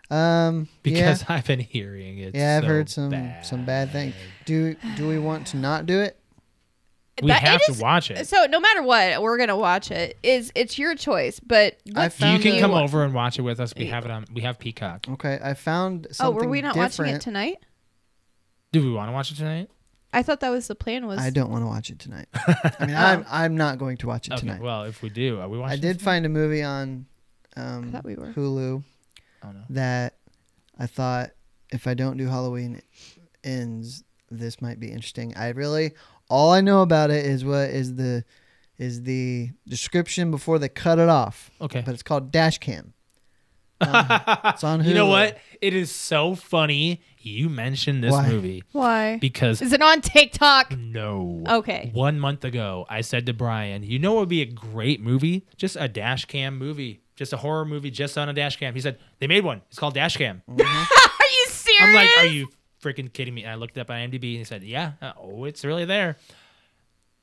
A: Um.
B: Because
A: yeah.
B: I've been hearing it.
A: Yeah, I've
B: so
A: heard some some bad things. Do do we want to not do it?
B: We
C: That-
B: have
C: it
B: to
C: is-
B: watch it.
C: So no matter what, we're gonna watch it. Is it's your choice, but
A: I
C: what
A: found
B: you can
A: it-
B: come over and watch it with us. We have it on. We have Peacock.
A: Okay, I found
C: Oh,
A: something.
C: were we not watching it
A: different.
C: tonight?
B: Do we want to watch it tonight?
C: I thought that was the plan. Was Oh.
A: I don't want to watch it tonight. I mean, I'm I'm not going to watch it
B: Okay,
A: tonight.
B: well, if we do, are we
A: I
B: watching?
A: did find a movie on um,
C: thought we were.
A: Hulu
B: Oh no.
A: that I thought if I don't do Halloween ends, this might be interesting. I really all I know about it is what is the is the description before they cut it off.
B: Okay.
A: But it's called Dash Cam. Um, it's on Hulu.
B: You know what? It is so funny you mentioned this
A: Why?
B: movie
C: Why?
B: because
C: Is it on TikTok?
B: no.
C: Okay.
B: One month ago, I said to Brian, "You know what would be a great movie? Just a dash cam movie, just a horror movie, just on a dash cam." He said, "They made one. It's called Dash Cam."
C: Are you serious?
B: I'm like, "Are you freaking kidding me?" And I looked up on IMDb and he said, "Yeah. Uh, oh, it's really there."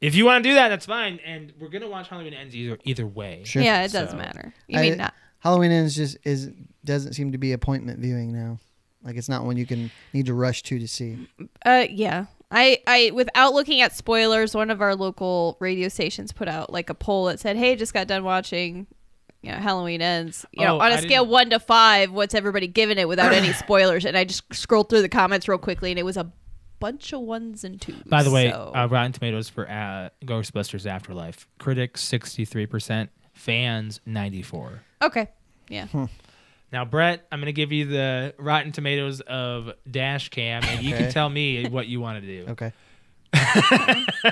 B: If you want to do that, that's fine. And we're gonna watch Halloween Ends either either way.
A: Sure.
C: yeah, it doesn't
B: So-
C: matter. You
A: I-
C: mean not?
A: Halloween ends just is doesn't seem to be appointment viewing now. Like it's not one you can need to rush to to see.
C: Uh, yeah. I, I, without looking at spoilers, one of our local radio stations put out like a poll that said, "Hey, just got done watching, you know, Halloween Ends. You know,
B: Oh,
C: on a
B: I
C: scale
B: didn't-
C: one to five, what's everybody giving it without any spoilers?" And I just scrolled through the comments real quickly, and it was a bunch of ones and twos.
B: By the way,
C: so-
B: uh, Rotten Tomatoes for uh, Ghostbusters Afterlife critics sixty three percent, fans ninety four.
C: okay, yeah.
B: Now, Brett, I'm gonna give you the Rotten Tomatoes of Dash Cam, and you
A: Okay.
B: can tell me what you want to do.
A: Okay.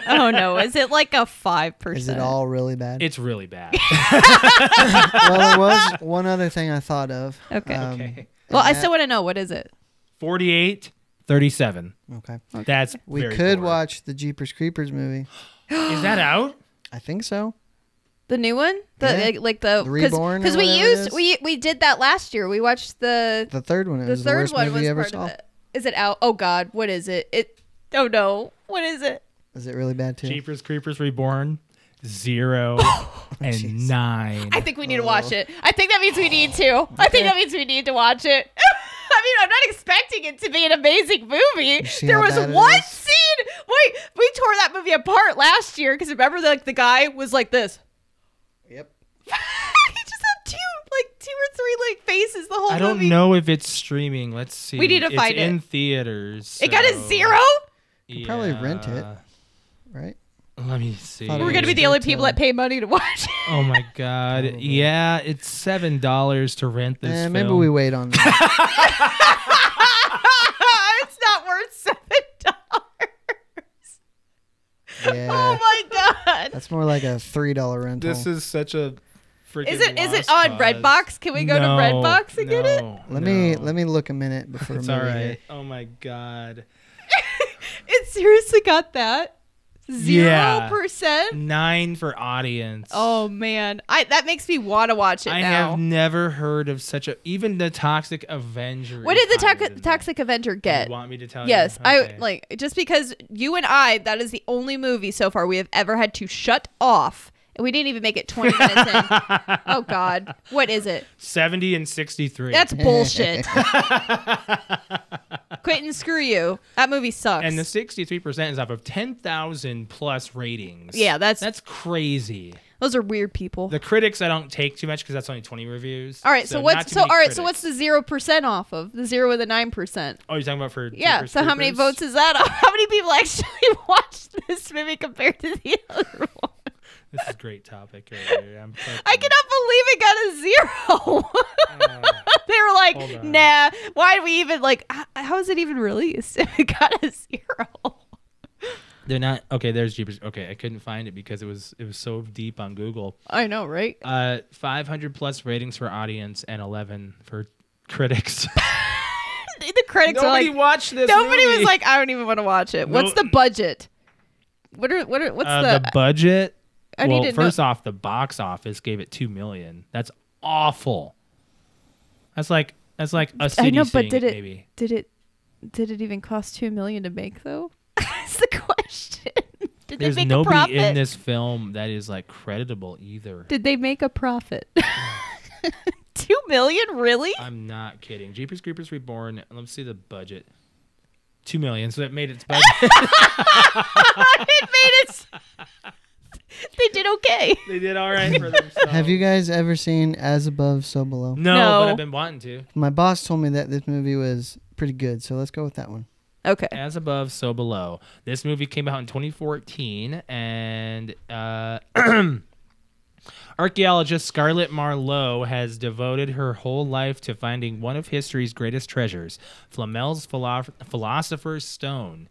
C: oh no, is it like a five percent?
A: Is it all really bad?
B: It's really bad.
A: well, there was one other thing I thought of. Um,
C: Okay.
B: Okay.
C: Well, I
A: that-
C: still want to know what is it.
B: 48, 37.
A: Okay.
B: That's
A: We
B: very
A: could
B: poor.
A: watch the Jeepers Creepers movie.
B: Is that out?
A: I think so.
C: The new one, the
A: Yeah.
C: like, like the
A: The Reborn or
C: because we
A: whatever it
C: used
A: is.
C: we we did that last year. We watched the
A: The third one. It
C: the
A: was the
C: third
A: worst
C: one
A: movie
C: was
A: you ever
C: part
A: saw.
C: of it. Is it out? Oh God, what is it? It oh no, what is it?
A: Is it really bad too?
B: Jeepers Creepers Reborn, zero and
A: Jeez.
B: nine.
C: Oh, I think we need
A: Oh.
C: to watch it. I think that means we need to. I think that means we need to watch it. I mean, I'm not expecting it to be an amazing movie.
A: see
C: There
A: how
C: was
A: bad it
C: one
A: is?
C: scene. Wait, we tore that movie apart last year because remember, like the guy was like this.
A: Yep.
C: he just had two, like two or three, like faces the whole
B: I don't
C: movie.
B: know if it's streaming. Let's see.
C: We need to
B: it's
C: find it.
B: in theaters.
C: It got a
B: so-
C: zero.
B: Yeah.
A: probably rent it. Right.
B: Let me see.
A: Thought it
C: We're gonna be the
A: Yeah.
C: only people that pay money to watch it.
B: Oh my god. Yeah, it's seven dollars to rent this.
A: Eh, maybe
B: film.
A: we wait on that.
C: it's not worth seven dollars.
A: yeah.
C: Oh my god.
A: That's more like a three dollar rental.
B: This is such a freaking.
C: Is it is it
B: lost
C: on
B: cause.
C: Redbox? Can we go
B: No,
C: to Redbox and get it?
B: no,
A: let me
B: no.
A: let me look a minute before.
B: It's
A: a
B: all
A: movie
B: right.
A: hit.
B: Oh my god.
C: It seriously got that zero
B: Yeah.
C: percent.
B: Nine for audience.
C: Oh man, I that makes me want to watch it
B: I
C: now.
B: have never heard of such a even the Toxic Avenger.
C: what did
B: is higher
C: the
B: than
C: to-
B: that.
C: Toxic Avenger get?
B: You want me to tell
C: Yes,
B: you?
C: I
B: Okay.
C: like just because you and I that is the only movie so far we have ever had to shut off. And we didn't even make it 20 minutes in. Oh god. What is it?
B: seventy and sixty-three.
C: That's bullshit. Quentin, screw you. That movie sucks.
B: and the sixty-three percent is off of ten thousand plus ratings.
C: Yeah, that's-
B: that's crazy.
C: Those are weird people.
B: The critics I don't take too much because that's only twenty reviews.
C: all right, so,
B: not
C: what's
B: too
C: so all
B: many
C: right, so
B: critics.
C: what's the 0% off of? The 0 and the 9%.
B: Oh, you're talking about for
C: Yeah,
B: Jeepers
C: so how many
B: Creepers?
C: votes is that? How many people actually watched this movie compared to the other one?
B: This is a great topic. Right here. I'm
C: I cannot believe it got a
B: fucking-
C: 0.
B: uh,
C: they were
B: Hold
C: like,
B: on.
C: nah, why do we even like, h- how is it even released? it got a zero.
B: they're not okay. There's Jeepers. Okay, I couldn't find it because it was it was so deep on Google.
C: I know, right?
B: Uh, 500 plus ratings for audience and 11 for critics.
C: The critics are
B: Nobody
C: like,
B: watched this.
C: nobody was
B: movie.
C: like, I don't even want to watch it. What's
B: No-
C: the budget? What are what are what's
B: Uh, the,
C: the,
B: budget.
C: I need
B: well,
C: to know-
B: first off, the box office gave it two million. That's awful. That's like that's like a city
C: I know, but
B: seeing
C: did it
B: maybe.
C: did it did it even cost two million to make though? That's the question. Did
B: There's
C: they make a
B: nobody
C: profit?
B: in this film that is like creditable either.
C: Did they make a profit? two million, really?
B: I'm not kidding. Jeepers Creepers Reborn. Let's see the budget. Two million. So that made its budget.
C: it made it. they did okay.
B: they did all right for themselves.
A: Have you guys ever seen As Above, So Below?
B: No,
C: No.
B: but I've been wanting to.
A: My boss told me that this movie was pretty good, so let's go with that one.
C: Okay.
B: As above, so below. This movie came out in 2014, and uh, archaeologist Scarlett Marlowe has devoted her whole life to finding one of history's greatest treasures, Flamel's philo- Philosopher's Stone.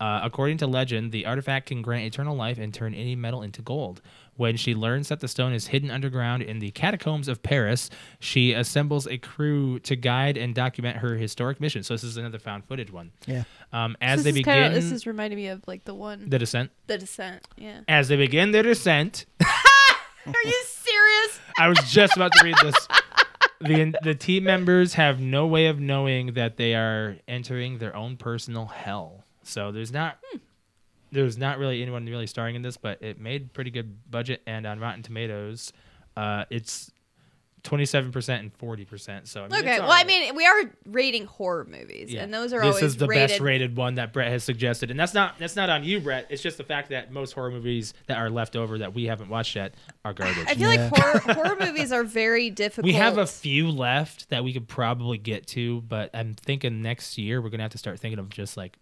B: Uh, according to legend, the artifact can grant eternal life and turn any metal into gold. When she learns that the stone is hidden underground in the catacombs of Paris, she assembles a crew to guide and document her historic mission. So this is another found footage one.
A: Yeah.
B: Um, as they
C: this is
B: begin
C: Kinda, this is reminding me of like the one,
B: the descent,
C: the descent. Yeah.
B: as they begin their descent,
C: Are you serious?
B: I was just about to read this. The, the team members have no way of knowing that they are entering their own personal hell. So there's not there's not really anyone really starring in this, but it made pretty good budget and on Rotten Tomatoes, uh, it's 27% and 40%. So I mean,
C: Okay.
B: it's
C: Well,
B: all
C: I
B: right.
C: mean, we are rating horror movies,
B: Yeah.
C: and those are
B: this
C: always
B: is the
C: rated.
B: best rated one that Brett has suggested, and that's not that's not on you, Brett. It's just the fact that most horror movies that are left over that we haven't watched yet are
C: I
B: garbage.
C: feel
A: Yeah.
C: like horror, horror movies are very difficult.
B: we have a few left that we could probably get to, but I'm thinking next year we're gonna have to start thinking of just like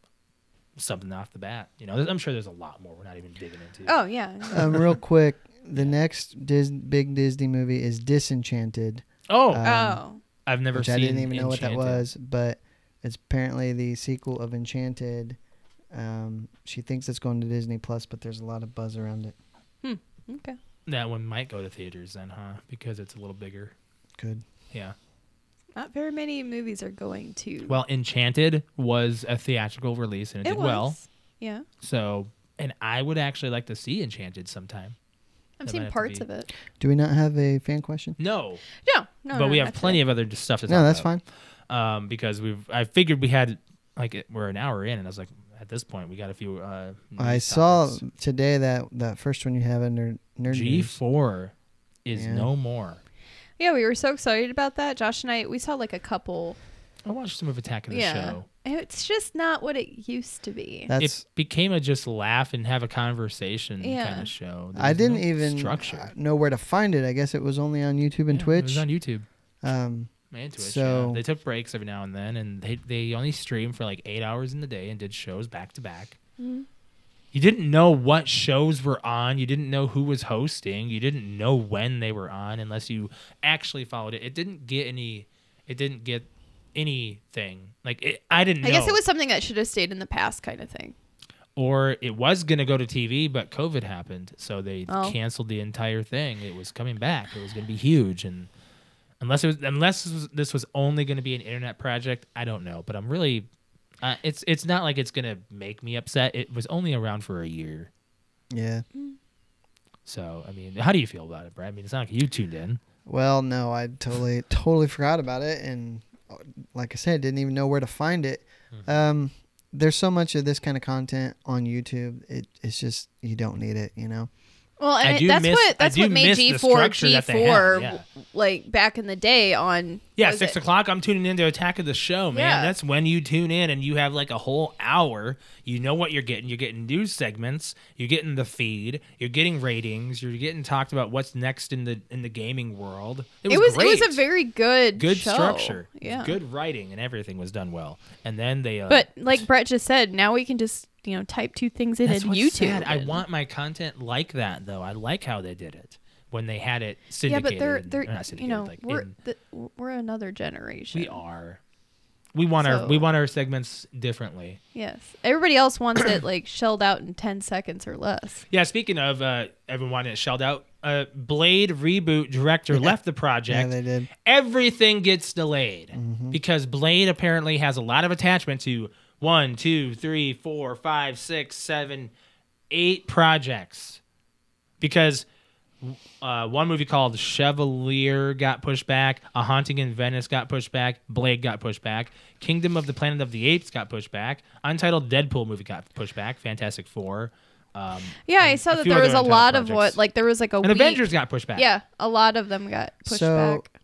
B: something off the bat. You know, I'm sure there's a lot more we're not even digging into.
C: oh yeah.
A: Um, real quick, the next Dis- big Disney movie is Disenchanted,
B: Oh,
C: oh.
B: I've never
A: Uh, which
B: seen.
A: I didn't even know what that
B: Enchanted.
A: was, but it's apparently the sequel of Enchanted. Um, she thinks it's going to Disney Plus, but there's a lot of buzz around it.
C: Okay.
B: That one might go to theaters then, huh? Because it's a little bigger.
A: Good.
B: Yeah.
C: Not very many movies are going to.
B: Well, Enchanted was a theatrical release and it,
C: it
B: did
C: was.
B: well.
C: Yeah.
B: So, and I would actually like to see Enchanted sometime. That
C: I've
B: might
C: seen
B: have to
C: parts
B: be-
C: of it.
A: Do we not have a fan question?
B: No,
C: No, no.
B: but
C: no,
B: we have
C: not
B: plenty of other just stuff to talk
A: No, that's
B: about.
A: fine.
B: fine. Um, because we've, I figured we had like it- we're an hour in, and I was like, at this point. We got a few. Uh,
A: I
B: news
A: saw
B: topics.
A: today that that first one you have in nerd nerd
B: G
A: news.
B: four is
A: Yeah.
B: no more.
C: Yeah, we were so excited about that. Josh and I, we saw like a couple.
B: I watched some of Attack of the
C: Yeah.
B: Show. Uh,
C: It's just not what it used to be.
A: That's
B: it became a just laugh and have a conversation kind
C: Yeah.
B: of show. There
A: I
B: was no
A: didn't even
B: structure.
A: uh, know where to find it. I guess it was only on YouTube and
B: Yeah, It
A: Twitch.
B: was on YouTube
A: um,
B: and Twitch.
A: So-
B: yeah. they took breaks every now and then, and they they only streamed for like eight hours in the day and did shows back to back.
C: Mm-hmm.
B: You didn't know what shows were on. You didn't know who was hosting. You didn't know when they were on unless you actually followed it. It didn't get any. It didn't get anything. Like it, I didn't.
C: I guess
B: know.
C: it was something that should have stayed in the past, kind of thing.
B: or it was going to go to TV, but COVID happened, so they
C: Oh.
B: canceled the entire thing. It was coming back. It was going to be huge, and unless it was, unless this was, this was only going to be an internet project, I don't know. But I'm really, uh, it's it's not like it's going to make me upset. It was only around for a year,
A: yeah.
B: so I mean, how do you feel about it, Brad? I mean, it's not like you tuned in.
A: Well, no, I totally totally forgot about it, and uh, like I said, didn't even know where to find it. Um, there's so much of this kind of content on YouTube. It it's just you don't need it, you know.
C: Well,
B: I
C: and
B: do
C: it, that's
B: miss- I
C: what that's
B: do
C: what made
B: miss the
C: G four
B: structure
C: G
B: that they have,
C: four
B: yeah.
C: like back in the day on
B: Yeah,
C: was
B: six
C: it-
B: o'clock. I'm tuning into Attack of the Show, man.
C: Yeah.
B: That's when you tune in and you have like a whole hour. You know what you're getting. You're getting news segments. You're getting the feed. You're getting ratings. You're getting talked about what's next in the in the gaming world. It was
C: It was it was,
B: great.
C: a very good
B: good
C: show.
B: structure.
C: Yeah,
B: good writing and everything was done well. And then they uh,
C: But like Brett just said, now we can just you know type two things in
B: that's
C: and
B: what's
C: YouTube.
B: sad. I
C: it.
B: want my content like that though. I like how they did it when they had it
C: Yeah,
B: syndicated.
C: but they're
B: and-
C: they're
B: or not
C: you
B: syndicated,
C: know
B: like
C: we're
B: in-
C: the, we're another generation.
B: we are. We want our
C: So-
B: we want our segments differently.
C: Yes, everybody else wants it like shelled out in ten seconds or less.
B: Yeah, speaking of uh, everyone that shelled out, uh, Blade reboot director left the
A: Yeah,
B: project.
A: they did. Mm-hmm.
B: Everything gets delayed because Blade apparently has a lot of attachment to one, two, three, four, five, six, seven, eight projects. Because uh, one movie called Chevalier got pushed back, A Haunting in Venice got pushed back, Blade got pushed back, Kingdom of the Planet of the Apes got pushed back, Untitled Deadpool movie got pushed back, Fantastic Four. Um,
C: Yeah, I saw
B: a
C: that
B: few
C: there was
B: other
C: a
B: Untitled
C: lot of
B: projects.
C: what like there was like a
B: and
C: week-
B: Avengers got pushed back.
C: Yeah, a lot of them got pushed
A: So-
C: back.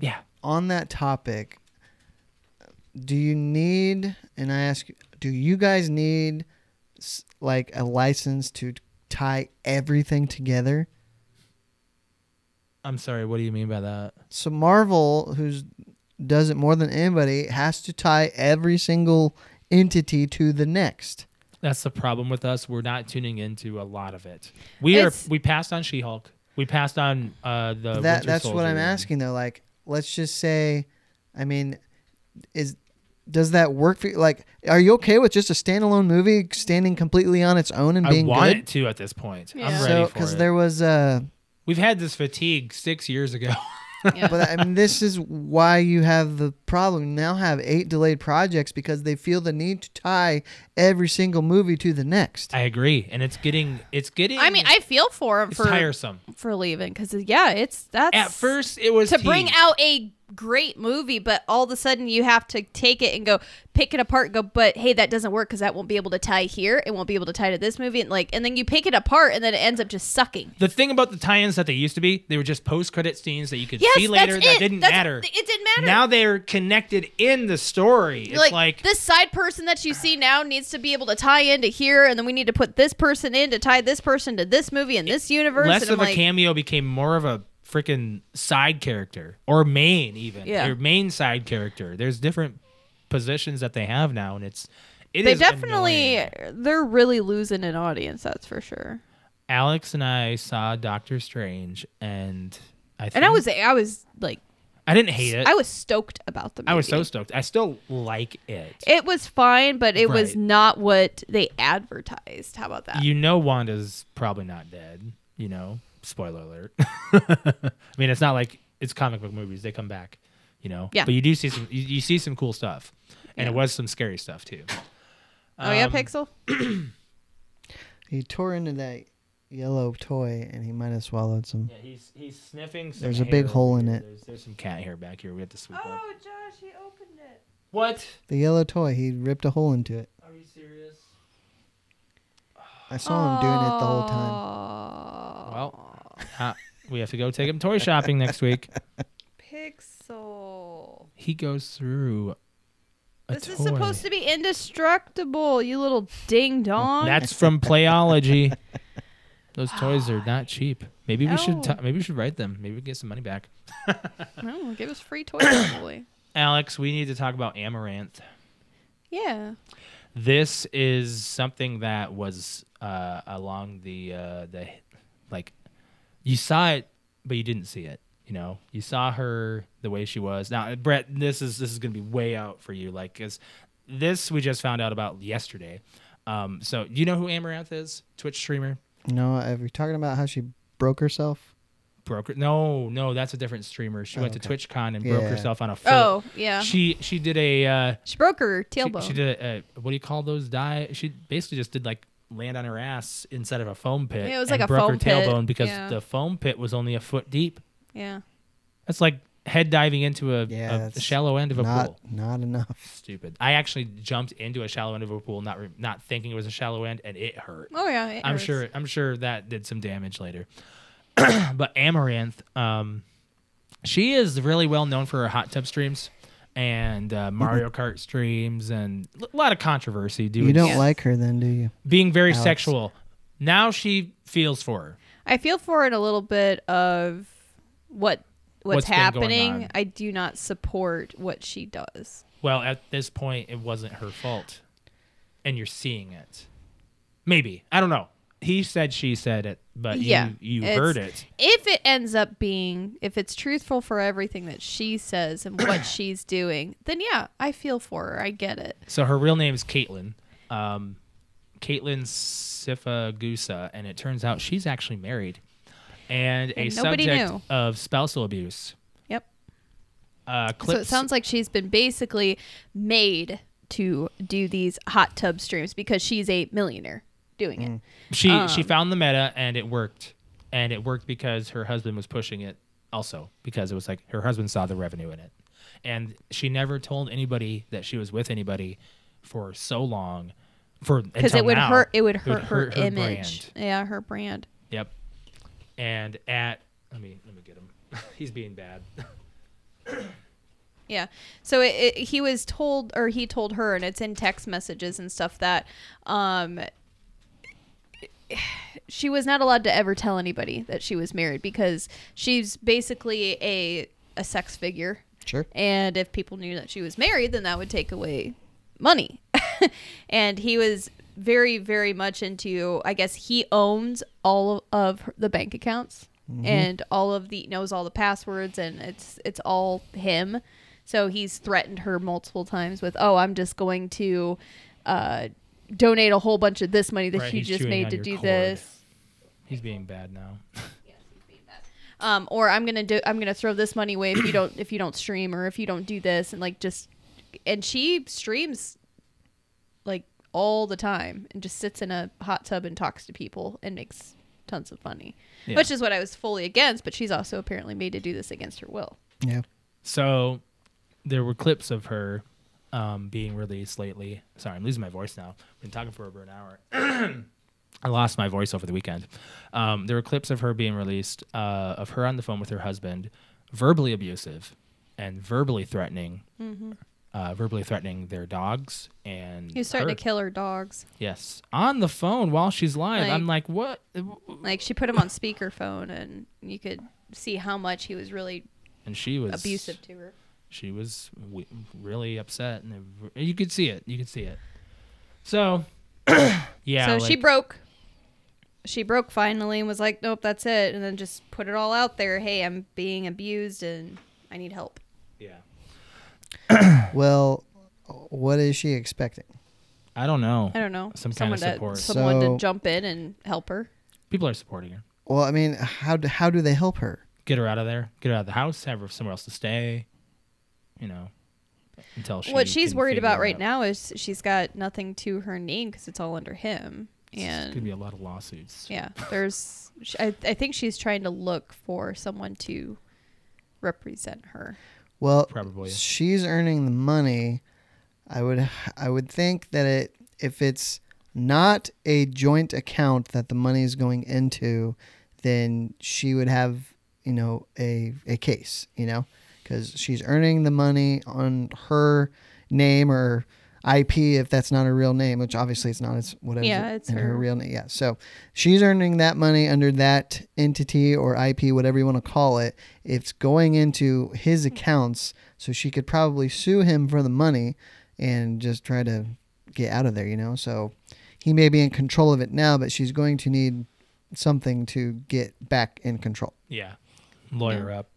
B: Yeah.
A: On that topic, do you need? And I ask, you, do you guys need s- like a license to tie everything together?
B: I'm sorry, what do you mean by that?
A: So Marvel, who's does it more than anybody, has to tie every single entity to the next.
B: That's the problem with us. We're not tuning into a lot of it. We are
C: It's-
B: we passed on She-Hulk. We passed on uh the
A: that
B: Winter
A: that's what
B: Soldier
A: I'm
B: and-
A: asking though. Like, let's just say, I mean, is does that work for you? Like, are you okay with just a standalone movie standing completely on its own and
B: I
A: being
B: want
A: good?
B: it to at this point. I'm
C: Yeah.
B: ready
A: So,
B: for it.
A: because there was uh,
B: We've had this fatigue six years ago.
C: Yeah.
A: but I mean, this is why you have the problem. You now have eight delayed projects because they feel the need to tie every single movie to the next.
B: I agree, and it's getting it's getting.
C: I mean, I feel for them
B: it's
C: for
B: tiresome.
C: for leaving because yeah, it's that's
B: At first, it was
E: to bring
B: tea.
E: out a great movie, but all of a sudden you have to take it and go pick it apart. And go, but hey, that doesn't work because that won't be able to tie here. It won't be able to tie to this movie, and like, and then you pick it apart, and then it ends up just sucking.
B: The thing about the tie-ins that they used to be, they were just post-credit scenes that you could
E: Yes,
B: see later
E: that's
B: that
E: it.
B: didn't
E: That's-
B: matter.
E: It didn't matter.
B: Now they're connected in the story. It's
E: like,
B: like,
E: this side person that you see now needs to be able to tie into here, and then we need to put this person in to tie this person to this movie and this universe.
B: less
E: and
B: of
E: I'm
B: a
E: like,
B: cameo became more of a freaking side character or main even.
E: Yeah.
B: Your main side character. There's different positions that they have now, and it's it
C: they
B: is
C: definitely
B: annoying.
C: they're really losing an audience. That's for sure.
B: Alex and I saw Doctor Strange, and I think,
C: And I was I was like
B: I didn't hate it.
C: I was stoked about the movie.
B: I was so stoked. I still like it.
C: It was fine, but it was
B: Right.
C: not what they advertised. How about that?
B: you know, Wanda's probably not dead. You know, spoiler alert. I mean, it's not like it's comic book movies; they come back. You know,
C: Yeah.
B: But you do see some, you, you see some cool stuff, and it was some scary stuff too. Um,
C: oh yeah, Pixel.
A: He tore into that yellow toy and he might have swallowed some.
B: Yeah, he's he's sniffing. Some
A: There's a
B: hair
A: big hole
B: over
A: in
B: here.
A: it.
B: There's, there's some cat hair back here. We have to sweep up.
C: Oh. Josh, he opened it.
B: What?
A: The yellow toy, he ripped a hole into it.
B: Are you serious?
A: I saw him doing it the whole
B: Oh.
A: time.
B: Well, uh, we have to go take him toy shopping next week.
F: Pixel.
B: He goes through. A
C: This is supposed to be indestructible, you little ding dong.
B: That's from Playology. Those toys are not cheap. Maybe we should.
F: No.
B: T- maybe we should write them. Maybe we get some money back.
F: No, give us free toys, probably.
B: Alex, we need to talk about amaranth.
F: Yeah.
B: This is something that was uh, along the uh, the like you saw it, but you didn't see it. You know, you saw her the way she was. Now, Brett, this is this is gonna be way out for you, like, cause this we just found out about yesterday. Um, so you know who Amaranth is? Twitch streamer,
A: No, are we talking about how she broke herself?
B: broker. No, no, that's a different streamer. She
A: Oh,
B: went to
A: okay.
B: TwitchCon and broke
A: Yeah.
B: herself on a foot.
C: oh, yeah. She,
B: She she did a uh,
C: broke her
B: she-
C: tailbone.
B: She, did a, a what do you call those die? She basically just did like land on her ass inside of a foam pit.
C: Yeah, it was
B: and
C: like a
B: broke her
C: foam pit.
B: tailbone because
C: Yeah.
B: the foam pit was only a foot deep.
C: yeah.
B: That's like head diving into a,
A: Yeah,
B: a
A: that's
B: shallow end of a
A: not,
B: pool.
A: not enough.
B: Stupid. I actually jumped into a shallow end of a pool, not re- not thinking it was a shallow end, and it hurt.
C: Oh, yeah. it
B: I'm
C: hurts.
B: sure. I'm sure that did some damage later. but Amaranth, um, she is really well known for her hot tub streams and uh,
A: Mm-hmm.
B: Mario Kart streams, and a lot of controversy. Doing
A: You don't
C: Yes.
A: like her then, do you?
B: being very
A: Alex.
B: sexual. Now she feels for her.
C: I feel for it a little bit of what
B: What's
C: what's,
B: been going
C: happening.
B: on.
C: I do not support what she does.
B: Well, at this point, it wasn't her fault, and you're seeing it. Maybe I don't know. He said, she said it, but
C: Yeah,
B: Uh, you, you
C: it's-
B: heard it.
C: If it ends up being if it's truthful for everything that she says and what she's doing, then yeah, I feel for her. I get it.
B: So her real name is Caitlin. Um, Caitlin Sifagusa, and it turns out she's actually married and a
C: And nobody
B: subject
C: knew.
B: of spousal abuse.
C: Yep.
B: Uh,
C: So it
B: clips,
C: sounds like she's been basically made to do these hot tub streams because she's a millionaire doing
B: Mm.
C: it.
B: she she
C: um,
B: found the meta and it worked, and it worked because her husband was pushing it. Also, because it was like her husband saw the revenue in it, and she never told anybody that she was with anybody for so long. For
C: Because
B: until
C: it would
B: now,
C: hurt. It would hurt, her,
B: brand.
C: image. Yeah, her brand.
B: Yep. And at let me let me get him. He's being bad.
C: Yeah. So it, it, he was told, or he told her, and it's in text messages and stuff that um, she was not allowed to ever tell anybody that she was married because she's basically a a sex figure.
A: Sure.
C: And if people knew that she was married, then that would take away money. and he was very, very much into, I guess he owns all of her- the bank accounts and all of the, knows all the passwords and it's, it's all him. So he's threatened her multiple times with, oh, I'm just going to, uh, donate a whole bunch of this money that
B: Right,
C: you
B: he's
C: just
B: chewing
C: made
B: on
C: to
B: your
C: do
B: cord.
C: this
B: He's being bad now.
C: um, or I'm gonna do I'm gonna throw this money away if you don't if you don't stream or if you don't do this and like just and she streams like all the time and just sits in a hot tub and talks to people and makes tons of money
B: Yeah.
C: which is what I was fully against but she's also apparently made to do this against her will
A: Yeah.
B: So there were clips of her um, being released lately. Sorry, I'm losing my voice now. I've been talking for over an hour. I lost my voice over the weekend. Um, there were clips of her being released, uh, of her on the phone with her husband, verbally abusive and verbally threatening, uh, verbally threatening their dogs and
C: Mm-hmm. he's starting
B: her.
C: to kill her dogs
B: Yes, on the phone while she's live.
C: Like-
B: I'm like, what?
C: like she put him on speakerphone and you could see how much he was really
B: And she was
C: abusive to her
B: she was w- really upset, and it- you could see it. You could see it. So, yeah.
C: so she
B: like,
C: broke. She broke finally and was like, "Nope, that's it," and then just put it all out there. Hey, I'm being abused and I need help.
B: Yeah.
A: Well, what is she expecting?
B: I don't know.
C: I don't know.
B: Some kind
C: someone
B: of support.
C: To, someone
A: So-
C: to jump in and help her.
B: People are supporting her.
A: Well, I mean, how do, how do they help her?
B: Get her out of there. Get her out of the house. Have her somewhere else to stay. You know, until she.
C: what she's
B: can
C: worried
B: figure
C: about
B: it
C: right
B: out.
C: now is she's got nothing to her name because it's all under him.
B: It's gonna
C: And
B: be a lot of lawsuits.
C: yeah, there's. sh- I, I think she's trying to look for someone to represent her.
A: Well,
B: Probably.
A: she's earning the money. I would I would think that it if it's not a joint account that the money is going into, then she would have, you know, a, a case, you know, because she's earning the money on her name or IP if that's not her real name, which obviously it's not. It's whatever
G: Yeah, it's
A: in her.
G: her.
A: real name. Yeah. So she's earning that money under that entity or IP, whatever you want to call it. It's going into his
G: Mm-hmm.
A: accounts, so she could probably sue him for the money and just try to get out of there. You know, so he may be in control of it now, but she's going to need something to get back in control.
B: Yeah. Lawyer up.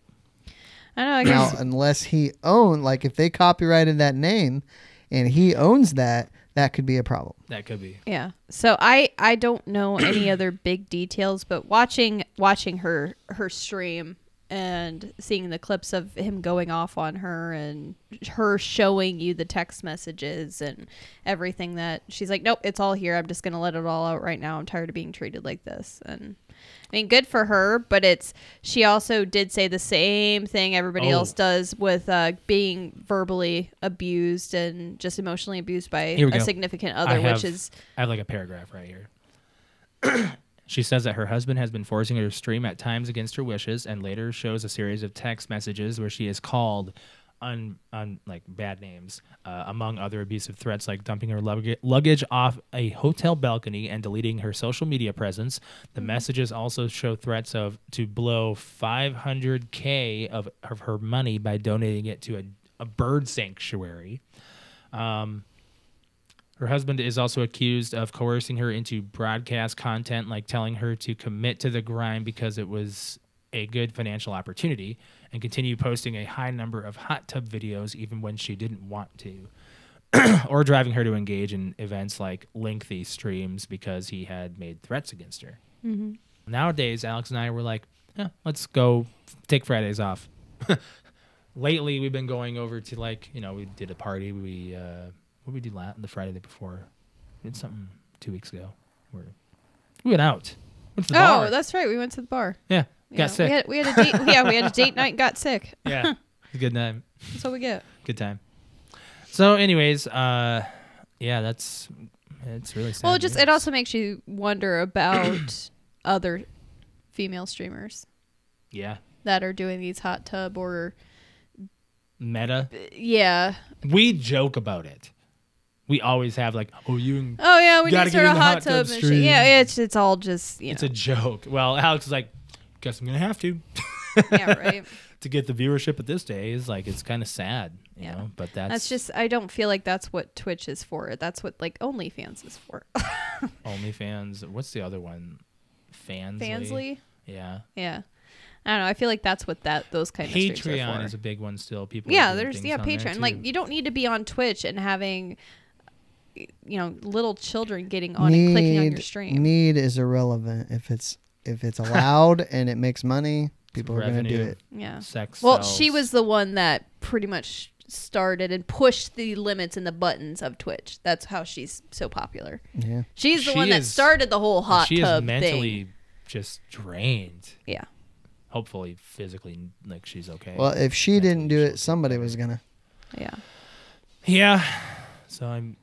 G: I don't know. I
A: Now,
G: guess
A: unless he owned, like if they copyrighted that name and he owns that, that could be a problem.
B: That could be.
G: yeah.
C: So I I don't know any other big details, but watching watching her her stream and seeing the clips of him going off on her and her showing you the text messages and everything that she's like, nope, it's all here. I'm just gonna let it all out right now. I'm tired of being treated like this. And I mean, good for her, but it's she also did say the same thing everybody
B: Oh.
C: else does with uh, being verbally abused and just emotionally abused by
B: Here we
C: a
B: go.
C: significant
B: I
C: other,
B: have-
C: which is
B: I have like a paragraph right here. she says that her husband has been forcing her to stream at times against her wishes, and later shows a series of text messages where she is called on on like bad names, uh, among other abusive threats like dumping her lugg- luggage off a hotel balcony and deleting her social media presence. The
C: Mm-hmm.
B: messages also show threats of to blow 500k of of her money by donating it to a a bird sanctuary. Her husband is also accused of coercing her into broadcast content, like telling her to commit to the grind because it was a good financial opportunity and continue posting a high number of hot tub videos even when she didn't want to, or driving her to engage in events like lengthy streams because he had made threats against her.
C: Mm-hmm.
B: Nowadays, Alex and I were like, "Huh, let's go take Fridays off. lately we've been going over to like you know we did a party we uh what did we do la the friday the before we did something two weeks ago where we went out went to the
G: Oh,
B: bar.
G: that's right. We went to the bar.
B: yeah got
G: Yeah,
B: sick
G: We had, we had a date. yeah, we had a date night. and Got sick.
B: yeah good time
G: That's what we get.
B: good time so anyways uh yeah that's it's really sad
C: Well, it just it
B: news.
C: also makes you wonder about other female streamers
B: yeah
C: that are doing these hot tub or
B: meta
C: yeah.
B: we joke about it we always have like oh you and
C: Oh yeah, we
B: Gotta
C: need
B: get
C: sort
B: in
C: of
B: the hot tub
C: hot tub. and shit.
B: stream.
C: Yeah, it's it's all just you
B: it's
C: know
B: a joke well alex is like guess i'm gonna have to
C: yeah right.
B: to get the viewership at this day is like it's kind of sad, you
C: Yeah.
B: know. But that's,
C: That's just I don't feel like that's what Twitch is for. That's what like OnlyFans is for.
B: OnlyFans. What's the other one? Fansly.
C: Fansly,
B: Yeah.
C: yeah. I don't know. I feel like that's what that those kind of streams are for.
B: Patreon is a big one still. People. are
C: yeah
B: doing
C: there's
B: things
C: yeah
B: on there,
C: patreon
B: too.
C: like you don't need to be on twitch and having you know little children getting on Oh, and clicking on your stream
A: Need is irrelevant if it's if it's allowed and it makes money. People are going to do
B: revenue.
A: it.
C: yeah
B: sex.
C: well she
B: sells.
C: was the one that pretty much started and pushed the limits and the buttons of twitch that's how she's so popular
A: Yeah.
C: she's the
B: She
C: one that
B: is-
C: started the whole hot
B: She
C: tub
B: is mentally
C: thing
B: just drained.
C: yeah
B: Hopefully, physically, like she's okay.
A: Well, if she didn't do
B: she'll
A: it, somebody was going to.
C: yeah
B: yeah. So I'm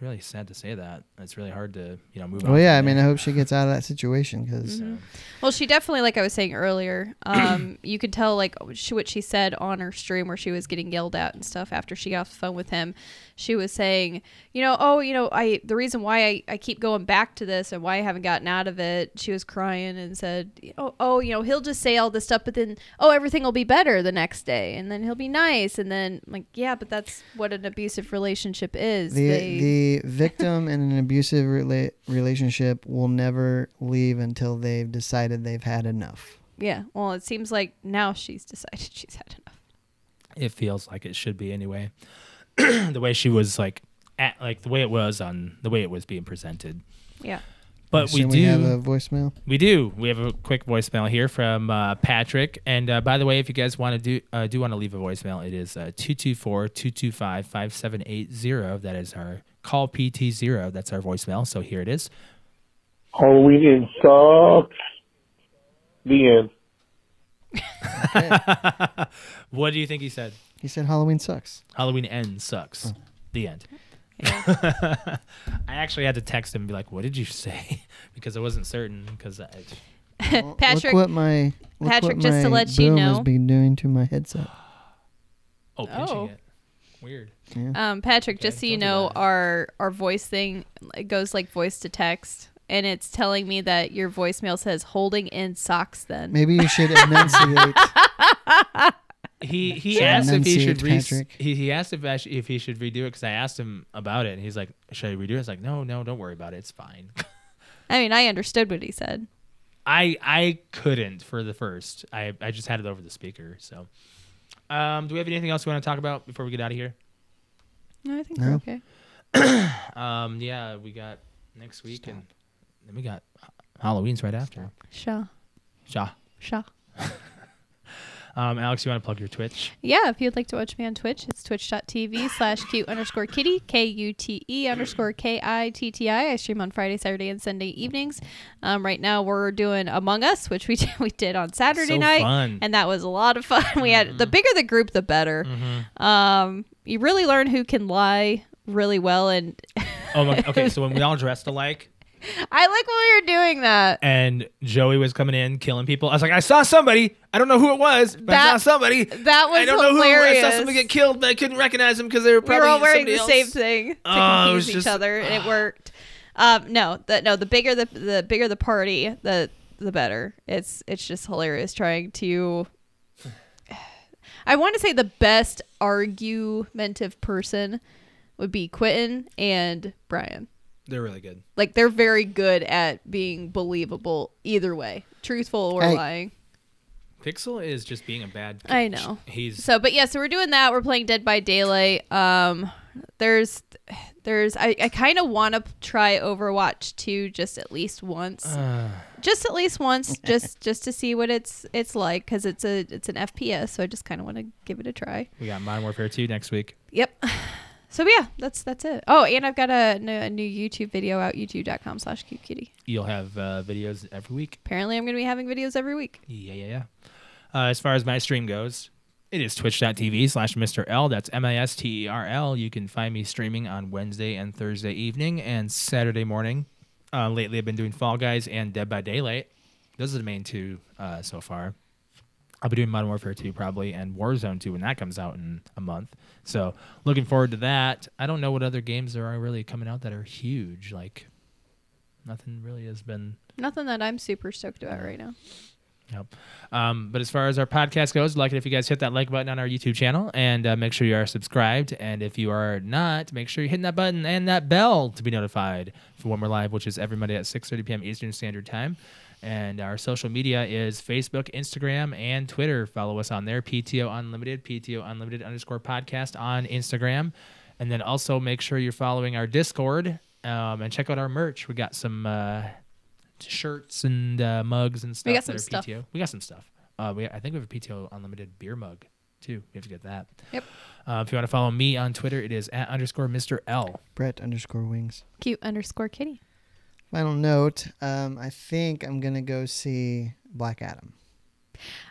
B: really sad to say that. It's really hard to you know move on.
A: Well, yeah. I
B: from
A: mean, I
B: there.
A: hope she gets out of that situation
C: Mm-hmm.
A: because
B: So,
C: Well, she definitely, like I was saying earlier, um, you could tell like she, what she said on her stream where she was getting yelled at and stuff after she got off the phone with him. She was saying, you know, oh, you know, I the reason why I, I keep going back to this and why I haven't gotten out of it. She was crying and said, oh, oh, you know, he'll just say all this stuff, but then oh, everything will be better the next day, and then he'll be nice, and then like yeah, but that's what an abusive relationship is.
A: the
C: They-
A: the victim in an abusive rela- relationship will never leave until they've decided they've had enough.
C: yeah. Well, it seems like now she's decided she's had enough.
B: it feels like it should be anyway. the way she was like at like the way it was on the way it was being presented.
C: Yeah.
B: But we
A: Should
B: do
A: we have a voicemail.
B: we do. We have a quick voicemail here from uh, Patrick. And uh, by the way, if you guys want to do uh, do want to leave a voicemail, it is uh, 224 225 5780. That is our call PT0. That's our voicemail. So here it is.
H: Halloween in socks. The end.
B: What do you think he said?
A: He said Halloween sucks. Oh.
B: Halloween ends sucks. The end. I actually had to text him and be like, "What did you say?" because I wasn't certain. Because I,
A: Well,
C: Patrick-
A: Look what my look
C: Patrick,
A: what
C: just to
A: my
C: let you
A: boom
C: know-
A: has been doing to my headset.
B: oh, pinching
C: Oh.
B: it. Weird.
C: Um, Patrick, just
B: Okay,
C: so you
B: don't do
C: know,
B: that.
C: our our voice thing it goes like voice to text, and it's telling me that your voicemail says holding in socks. Then
A: Maybe you should enunciate.
B: He he
A: Should
B: asked if he
A: enunciate,
B: should re-
A: Patrick.
B: he, he asked if I sh- if he should redo it because I asked him about it and he's like, "Should I redo it?" I was like, "No, no, don't worry about it. It's fine."
C: I mean, I understood what he said.
B: I I couldn't for the first. I I just had it over the speaker. So, um, do we have anything else we want to talk about before we get out of here?
C: No, I think
A: No.
C: we're okay.
B: Um, yeah, we got next week and then we got Halloween's right after.
C: Shaw,
B: Ja.
C: shaw.
B: Um, Alex, you want to plug your Twitch?
C: Yeah, if you'd like to watch me on Twitch, it's twitch.tv slash cute underscore kitty, K U T E underscore K I T T I. I stream on Friday, Saturday, and Sunday evenings. Um, right now, we're doing Among Us, which we did, we did on Saturday
B: So
C: night.
B: fun. Mm-hmm.
C: And that was a lot of fun. We had the bigger the group, the better. Um, you really learn who can lie really well. And
B: Oh my. Okay, so when we all dressed alike
C: I like when we were doing that.
B: and Joey was coming in killing people, I was like, I saw somebody. I don't know who it was, but I
C: That-
B: saw somebody.
C: that was
B: I don't know who it was. I
C: hilarious.
B: saw somebody get killed, but I couldn't recognize him because they were
C: we
B: probably
C: were all wearing
B: somebody
C: the
B: else.
C: same thing to
B: Oh, it was
C: confuse each
B: just-
C: other, and it worked. Um, no, the, no, the bigger the the bigger the party, the the better. It's it's just hilarious trying to. I want to say the best argumentative person would be Quentin and Brian.
B: They're really good.
C: Like they're very good at being believable either way, truthful or
A: Hey.
C: lying.
B: Pixel is just being a bad.
C: I know.
B: He's
C: So, but yeah, so we're doing that. We're playing Dead by Daylight. Um, there's, there's, I, I kind of want to try Overwatch 2 just at least once,
B: Uh.
C: just at least once, just, just to see what it's, it's like. Cause it's a, it's an FPS. So I just kind of want to give it a try.
B: we got Modern Warfare 2 next week.
C: Yep. So yeah, that's, that's it. Oh, and I've got a, n- a new YouTube video out, youtube.com slash cute kitty.
B: You'll have uh, videos every week.
C: Apparently I'm going to be having videos every week.
B: Yeah, yeah, yeah. Uh, as far as my stream goes, it is twitch.tv slash Mr. L. That's M I S T E R L. You can find me streaming on Wednesday and Thursday evening and Saturday morning. Uh, lately, I've been doing Fall Guys and Dead by Daylight. Those are the main two uh, so far. I'll be doing Modern Warfare 2 probably and Warzone 2 when that comes out in a month. So, looking forward to that. I don't know what other games there are really coming out that are huge. Like, nothing really has been
C: Nothing that I'm super stoked about right now.
B: Yep. Um, but as far as our podcast goes, like it if you guys hit that like button on our YouTube channel and uh, make sure you are subscribed. And if you are not, make sure you're hitting that button and that bell to be notified for when we're live, which is every Monday at 6.30 p.m. Eastern Standard Time. And our social media is Facebook, Instagram, and Twitter. Follow us on there, PTO Unlimited, PTO Unlimited underscore podcast on Instagram. And then also make sure you're following our Discord um, and check out our merch. We got some... Uh, shirts and uh, mugs and stuff.
C: We got
B: that
C: some
B: are
C: stuff.
B: PTO. We got some stuff. Uh, we I think we have a PTO unlimited beer mug too. We have to get that.
C: Yep.
B: Uh, if you want to follow me on Twitter, it is at underscore Mr. L.
A: Brett underscore wings.
C: Cute underscore kitty.
A: Final note. Um, I think I'm gonna go see Black Adam.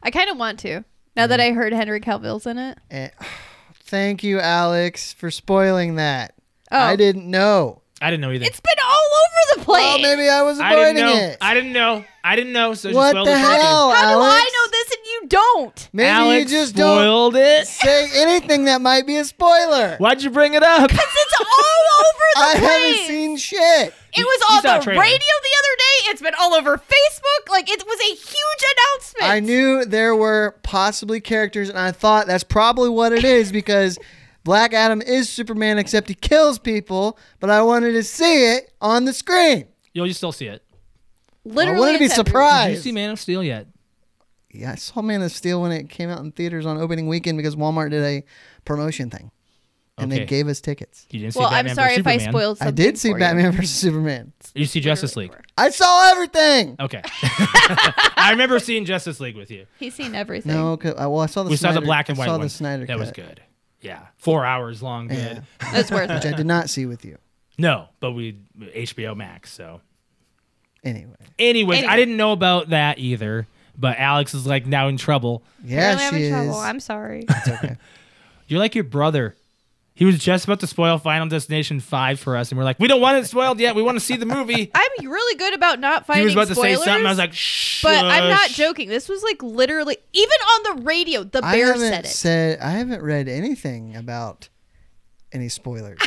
C: I kind of want to now that I heard Henry Cavill's in it.
A: Eh, thank you, Alex, for spoiling that.
C: Oh.
A: I didn't know.
B: I didn't know either.
C: It's been all over the place.
A: Well, maybe I was
B: I didn't
A: avoiding
B: know.
A: it.
B: I didn't know. I didn't know. So
A: what
B: just
A: the hell,
C: How do
A: Alex?
C: I know this and you don't?
A: Maybe
B: Alex
A: you just don't
B: spoiled it.
A: say anything that might be a spoiler.
B: Why'd you bring it up?
C: It's all over the
A: I
C: place.
A: haven't seen shit.
C: it was
B: you
C: on
B: saw a
C: the
B: trailer.
C: radio the other day. It's been all over Facebook. Like it was a huge announcement.
A: I knew there were possibly characters, and I thought that's probably what it is because Black Adam is Superman, except he kills people. But I wanted to see it on the screen.
B: You'll you still see it.
C: Literally,
A: I wanted to be
C: it's everywhere.
B: Did you
A: surprised.
B: see Man of Steel yet?
A: Yeah, I saw Man of Steel when it came out in theaters on opening weekend because Walmart did a promotion thing, and they
B: Okay.
A: gave us tickets.
B: You didn't see
C: Well,
B: Batman
C: I'm sorry
B: versus
C: if I
B: Superman.
C: spoiled
A: I
C: something.
A: did see
C: for you.
A: Batman vs Superman.
B: You see Justice League.
A: I saw everything.
B: Okay. I remember seeing Justice League with you.
C: He's seen everything.
A: No, 'cause- well, I saw the
B: we
A: Snyder,
B: saw the black and
A: I
B: white
A: saw
B: one.
A: the Snyder
B: that was
A: cut,
B: good. Yeah, four hours long. Good.
C: It's worth
A: which
C: it.
A: I did not see with you.
B: No, but we HBO Max. So,
A: Anyway,
B: anyways,
C: Anyway.
B: I didn't know about that either. But Alex is like now in trouble.
A: yeah,
C: Really
A: she
C: having
A: is.
C: trouble. I'm sorry.
A: It's okay.
B: You're like your brother. He was just about to spoil Final Destination 5 for us, and we're like, we don't want it spoiled yet. We want to see the movie.
C: I'm really good about not
B: he
C: finding
B: was about to say
C: spoilers.
B: something. I was like, shh.
C: but I'm not joking. This was like literally, even on the radio, the
A: I
C: bear
A: haven't
C: said it.
A: said I haven't read anything about any spoilers.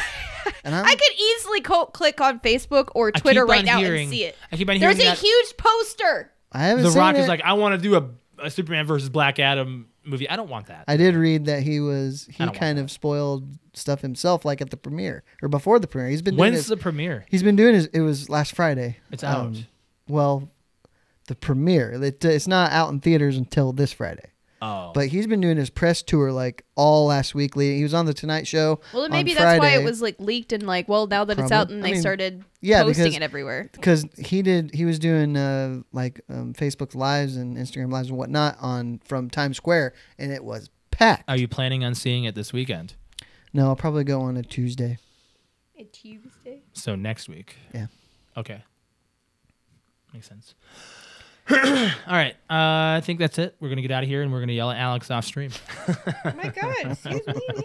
A: and I'm,
C: I could easily co- click on Facebook or
B: I keep
C: Twitter right
B: on
C: now
B: hearing-
C: and see it.
B: I keep on
C: There's a
B: hearing that
C: huge poster.
A: I haven't
B: The
A: seen
B: Rock
A: it.
B: is like, I want to do a, a Superman versus Black Adam movie. I don't want that.
A: I did read that he was
B: I
A: he
B: don't want
A: kind of spoiled stuff himself, like at the premiere or before the premiere. He's been doing
B: When's
A: his,
B: the premiere?
A: he's been doing his. It was last Friday. Um,
B: It's out.
A: well, the premiere. It, it's not out in theaters until this Friday.
B: oh.
A: But he's been doing his press tour like all last week. leading- He was on the Tonight Show.
C: Well, then
A: on
C: maybe that's why it
A: Friday.
C: was like leaked and like, well, now that it's out
A: Probably.
C: and
A: I
C: they
A: mean,
C: started
A: yeah,
C: posting
A: because-
C: it everywhere.
A: because he did he was doing uh like um, facebook lives and instagram lives and whatnot on from times square and it was packed
B: Are you planning on seeing it this weekend?
A: no i'll probably go on a tuesday
C: Tuesday.
B: So next week.
A: Yeah.
B: Okay. Makes sense. All right. Uh, I think that's it. We're gonna get out of here and we're gonna yell at Alex off stream.
C: Oh my god! Excuse me, man.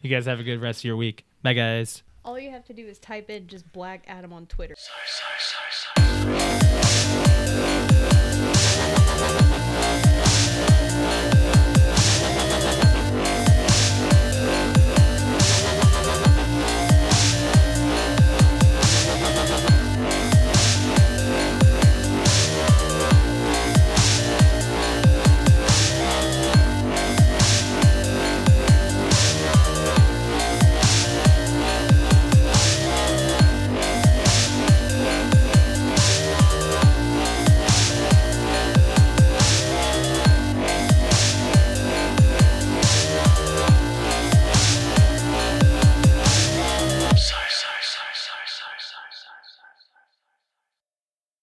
B: you guys have a good rest of your week. Bye guys.
C: All you have to do is type in just Black Adam on Twitter.
I: Sorry, sorry.